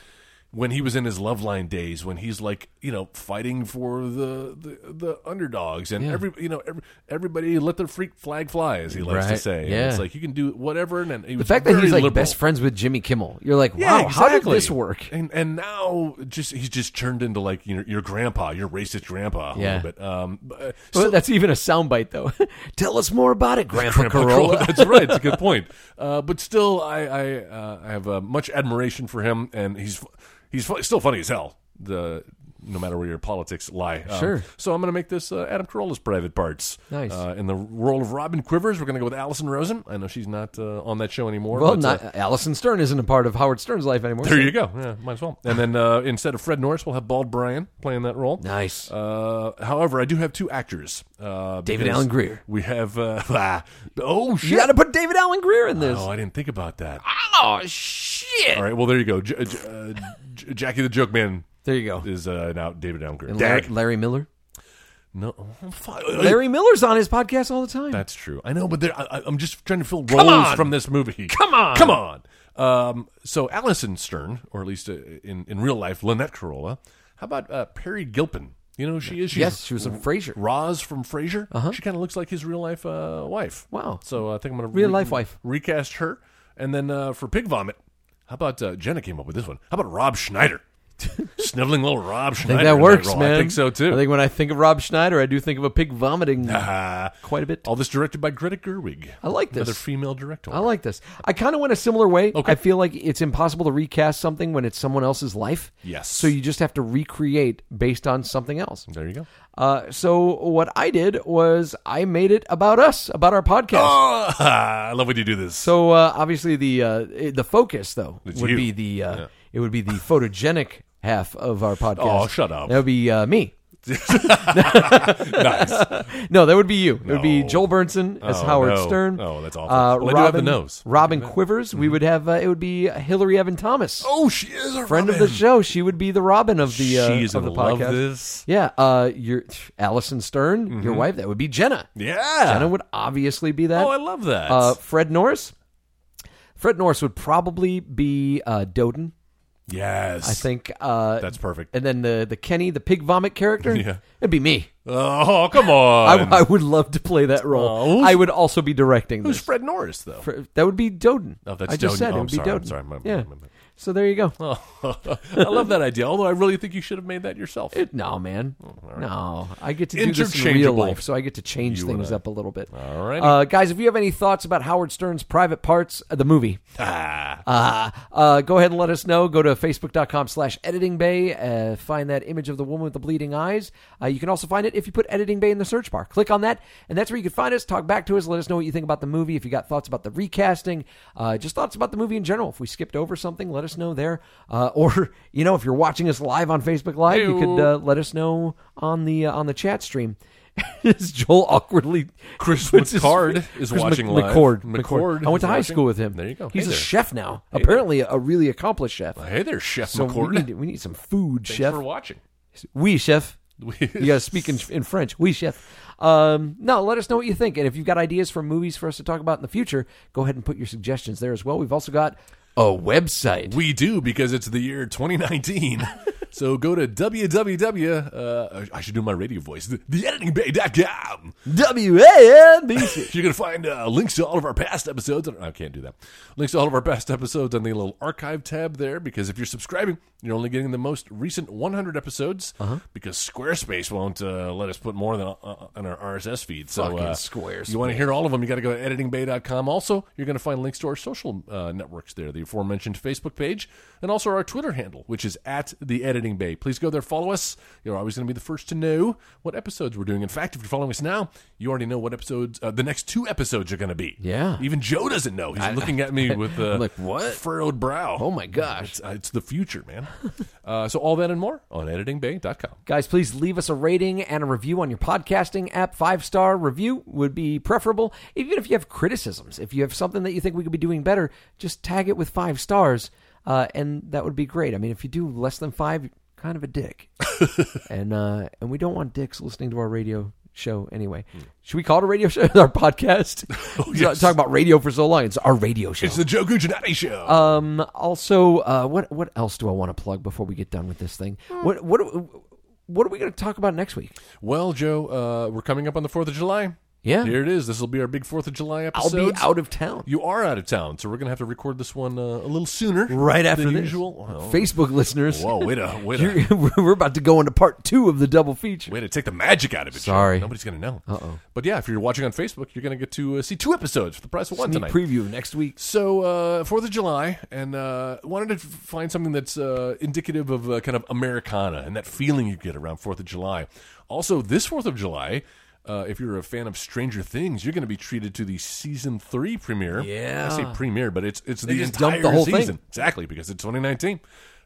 when he was in his love line days, when he's like, you know, fighting for the the, the underdogs and every, you know, every, everybody let their freak flag fly, as he likes to Right, say. And yeah. It's like you can do whatever. And, and he the fact that he's like liberal. best friends with Jimmy Kimmel, you're like, wow, how did this work? And and now just he's just turned into like your your grandpa, your racist grandpa a Yeah. little bit. Um, but, uh, Well, that's even a soundbite, though. Tell us more about it, Grandpa, Grandpa Corolla. Corolla. That's right. It's a good point. Uh, but still, I I, uh, I have uh, much admiration for him, and he's fu- he's fu- still funny as hell. The no matter where your politics lie. Um, Sure. So I'm going to make this uh, Adam Carolla's private parts. Nice. Uh, in the role of Robin Quivers, we're going to go with Allison Rosen. I know she's not uh, on that show anymore. Well, but, not, uh, Allison Stern isn't a part of Howard Stern's life anymore. there you go. Yeah, might as well. And then uh, instead of Fred Norris, we'll have Bald Brian playing that role. Nice. Uh, however, I do have two actors. Uh, David because Alan Greer. We have. Uh, ah, oh you shit! got to put David Allen Greer in this. Oh, I didn't think about that. Oh, shit! All right. Well, there you go. J- J- uh, J- Jackie the Joke Man There you go. is uh, now David Allen Greer. And Larry, Dag. Larry Miller. No, oh, fuck. Larry Miller's on his podcast all the time. That's true. I know, but there, I, I- I'm just trying to fill roles from this movie. Come on, come on. Um, so Allison Stern, or at least uh, in in real life, Lynette Carolla. How about uh, Perry Gilpin? You know, who she is. She's yes, she was in Frasier. Roz from Frasier. She kind of looks like his real life uh, wife. Wow. So I think I'm going to Real life wife. recast her, and then uh, for Pig Vomit, how about uh, Jenna came up with this one? How about Rob Schneider? Sniveling little I Rob Schneider. think in that works, role. man. I think so too. I think when I think of Rob Schneider, I do think of a pig vomiting Ah. quite a bit. all this directed by Greta Gerwig. I like this. Another female director. I like this. I kind of went a similar way. Okay. I feel like it's impossible to recast something when it's someone else's life. Yes. So you just have to recreate based on something else. There you go. Uh, so what I did was I made it about us, about our podcast. Oh, I love when you do this. So uh, obviously the uh, i- the focus though It's would you. be the uh, it would be the photogenic half of our podcast. Oh, shut up. That would be uh, me. nice. No, that would be you. It would be No. Joel Burnson as Oh, Howard no. Stern. Oh, that's awful. Uh, Well, I Robin, do have the nose. Mm-hmm. Robin Quivers. We would have. Uh, it would be Hillary Evan Thomas, Oh, she is a friend of the show. She would be the Robin of the uh, she is of gonna the podcast. love this. Yeah, uh, your Allison Stern, your wife. That would be Jenna. Mm-hmm. Yeah. Jenna would obviously be that. oh, I love that. uh, Fred Norris. Fred Norris would probably be uh, Doden. yes. I think uh, that's perfect. And then the the Kenny, the pig vomit character, Yeah. it'd be me. Oh, come on. I, I would love to play that role. Oh, who's- I would also be directing Who's this. Fred Norris though? Fr- that would be Doden. Oh, that's I just Doden. said Oh, it I'm would be sorry, I'm Doden. sorry. My- my- yeah. my- my- So there you go. I love that idea. Although I really think you should have made that yourself. No, man. No, I get to do this in real Interchangeable. life, so I get to change things up a little bit. All Alrighty. uh, guys. If you have any thoughts about Howard Stern's Private Parts, uh, the movie, Ah. uh, uh, go ahead and let us know. Go to facebook.com slash editing bay. Uh, find that image of the woman with the bleeding eyes. Uh, you can also find it if you put editing bay in the search bar. Click on that, and that's where you can find us. Talk back to us. Let us know what you think about the movie. If you got thoughts about the recasting, uh, just thoughts about the movie in general. If we skipped over something, let us know there. Uh, or you know, if you're watching us live on Facebook Live, you could uh, let us know on the uh, on the chat stream. Is Joel awkwardly? Chris puts his- McCord is watching live. McCord, McCord I went to is high watching. school with him. There you go. He's Hey a there. chef now. Apparently, a really accomplished chef. Hey there, Chef So McCord. we need, we need some food, Thanks chef. for watching. Oui, chef. We- You gotta speak in, in French. Oui, chef. Um, no, let us know what you think, and if you've got ideas for movies for us to talk about in the future, go ahead and put your suggestions there as well. We've also got a website. We do because it's the year 2019. so go to www. Uh, I should do my radio voice. The, theeditingbay.com. WANBC. You're going to find uh, links to all of our past episodes. I can't do that. Links to all of our past episodes on the little archive tab there because if you're subscribing, you're only getting the most recent 100 episodes Uh-huh. because Squarespace won't uh, let us put more than uh, on our RSS feed. So Fucking uh, Squarespace. You want to hear all of them, you got to go to editingbay.com. Also, you're going to find links to our social uh, networks there, the aforementioned Facebook page, and also our Twitter handle, which is at the Editing Bay. Please go there, follow us. You're always going to be the first to know what episodes we're doing. In fact, if you're following us now, you already know what episodes uh, the next two episodes are going to be. Yeah. even Joe doesn't know. He's looking at me with uh, I'm like, "What?" furrowed brow. Oh my gosh. It's, uh, it's the future, man. uh, so all that and more on editingbay.com. Guys, please leave us a rating and a review on your podcasting app. Five star review would be preferable. Even if you have criticisms, if you have something that you think we could be doing better, just tag it with five stars, uh, and that would be great. I mean, if you do less than five, you're kind of a dick, and uh, and we don't want dicks listening to our radio show anyway. Should we call it a radio show? our podcast. We've Oh, yes. talking about radio for so long. It's our radio show. It's the Joe Guggenati show. Um, also, uh, what what else do I want to plug before we get done with this thing? Hmm. What what what are we going to talk about next week? Well, Joe, uh, we're coming up on the Fourth of July. Yeah. here it is. This will be our big Fourth of July I'll episode. be out of town. You are out of town, so we're gonna have to record this one uh, a little sooner, Right after than this. usual. Well, Facebook listeners, Whoa, wait a wait a you're- we're about to go into part two of the double feature. way to take the magic out of it. Joe. Sorry. nobody's gonna know. Uh oh. But yeah, if you're watching on Facebook, you're gonna get to uh, see two episodes for the price of one Sneak tonight. preview next week. so uh, Fourth of July, and uh, wanted to f- find something that's uh, indicative of uh, kind of Americana and that feeling you get around Fourth of July. Also, this Fourth of July. Uh, if you're a fan of Stranger Things, you're going to be treated to the season three premiere. Yeah. I say premiere, but it's it's the just entire dumped the whole thing. season. Exactly, because it's 2019.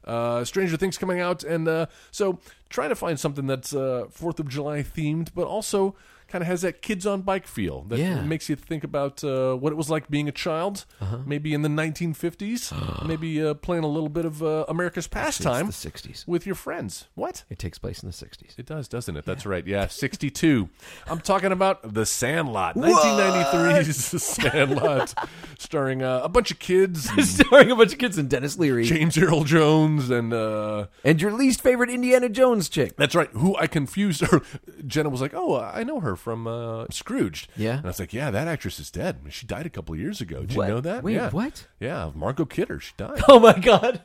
Uh, Stranger Things coming out, and uh, so trying to find something that's uh, Fourth of July themed, but also kind of has that kids on bike feel that Yeah. makes you think about uh, what it was like being a child, maybe in the 1950s, maybe uh, playing a little bit of uh, America's pastime It's the '60s. with your friends. What? It takes place in the '60s. It does, doesn't it? That's right. Yeah, 62. I'm talking about The Sandlot. 1993's The Sandlot, starring uh, a bunch of kids. and Starring a bunch of kids and Dennis Leary James Earl Jones and uh, and your least favorite Indiana Jones chick. that's right. Who I confused her. Jenna was like, "Oh, I know her from uh, Scrooged." Yeah. and I was like, "Yeah, that actress is dead. She died a couple years ago. Did What? you know that? Wait, yeah. what? Oh Yeah, Margot Kidder. She died. Oh my god!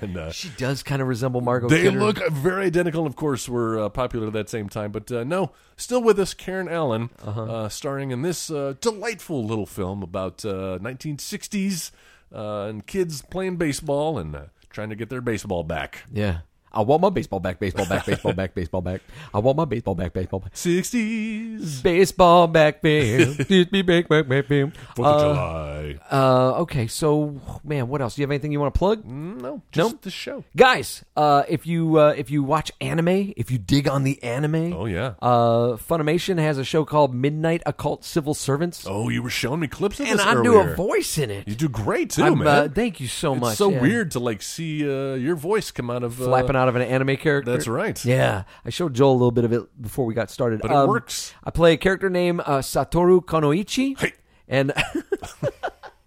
and uh, She does kind of resemble Margot. they Kidder. look very identical. Of course, were uh, popular at that same time, but uh, no, still with us, Karen Allen, Uh-huh. uh, starring in this uh, delightful little film about uh, 1960s uh, and kids playing baseball and uh, trying to get their baseball back. Yeah. I want my baseball back, baseball back, baseball back, baseball back. I want my baseball back, baseball back. 60s, Baseball back, bam. Excuse me, back, back, back, bam. Fourth of July. Uh, okay, so man, what else? Do you have anything you want to plug? No, just the show. Guys, uh, if you uh, if you watch anime, if you dig on the anime, Oh yeah. uh, Funimation has a show called Midnight Occult Civil Servants, oh, you were showing me clips of and this I earlier. do a voice in it. You do great too, I'm, man. uh, thank you so it's much. so yeah. weird to like see uh, your voice come out of uh, flapping out of an anime character. That's right. Yeah, I showed Joel a little bit of it before we got started. Um, But it works. I play a character named uh, Satoru Konoichi, Hey. and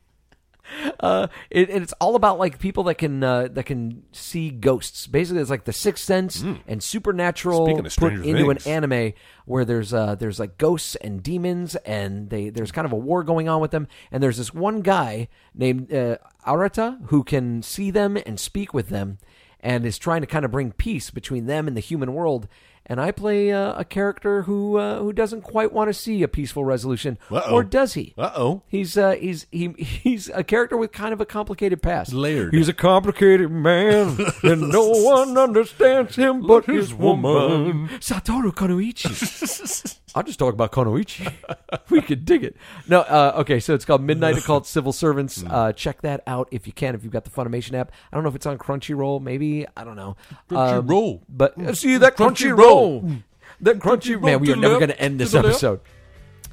uh, it, and it's all about like people that can uh, that can see ghosts. Basically, it's like the sixth sense and supernatural Mm. Speaking of put Stranger into an Things. anime where there's uh, there's like ghosts and demons, and they there's kind of a war going on with them. And there's this one guy named uh, Arata who can see them and speak with them, and is trying to kind of bring peace between them and the human world. And I play uh, a character who uh, who doesn't quite want to see a peaceful resolution, Uh-oh. or does he? Uh-oh. He's uh, he's he, he's a character with kind of a complicated past. Layered. He's a complicated man, and no one understands him but his woman. Satoru Konoichi. I just talk about Konoichi. We could dig it. No, uh, okay. So it's called Midnight Occult Civil Servants. Uh, check that out if you can. If you've got the Funimation app, I don't know if it's on Crunchyroll. Maybe I don't know. Um, Crunchyroll. but see that Crunchyroll. That Crunchyroll. Man, we to are never left, going to end to this the left. episode.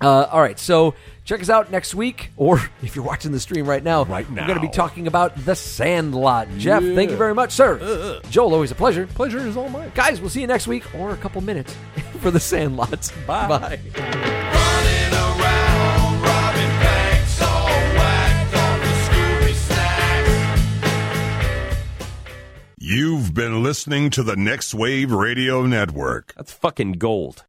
Uh, all right, so check us out next week, or if you're watching the stream right now, Right we're going to be now. talking about The Sandlot. Jeff, Yeah. Uh, thank you very much, sir. Joel, always a pleasure. Pleasure is all mine. Guys, we'll see you next week or a couple minutes for The Sandlot. Bye. Bye. Running around, robbing banks, all whacked on the Scooby Snacks. You've been listening to the Next Wave Radio Network. That's fucking gold.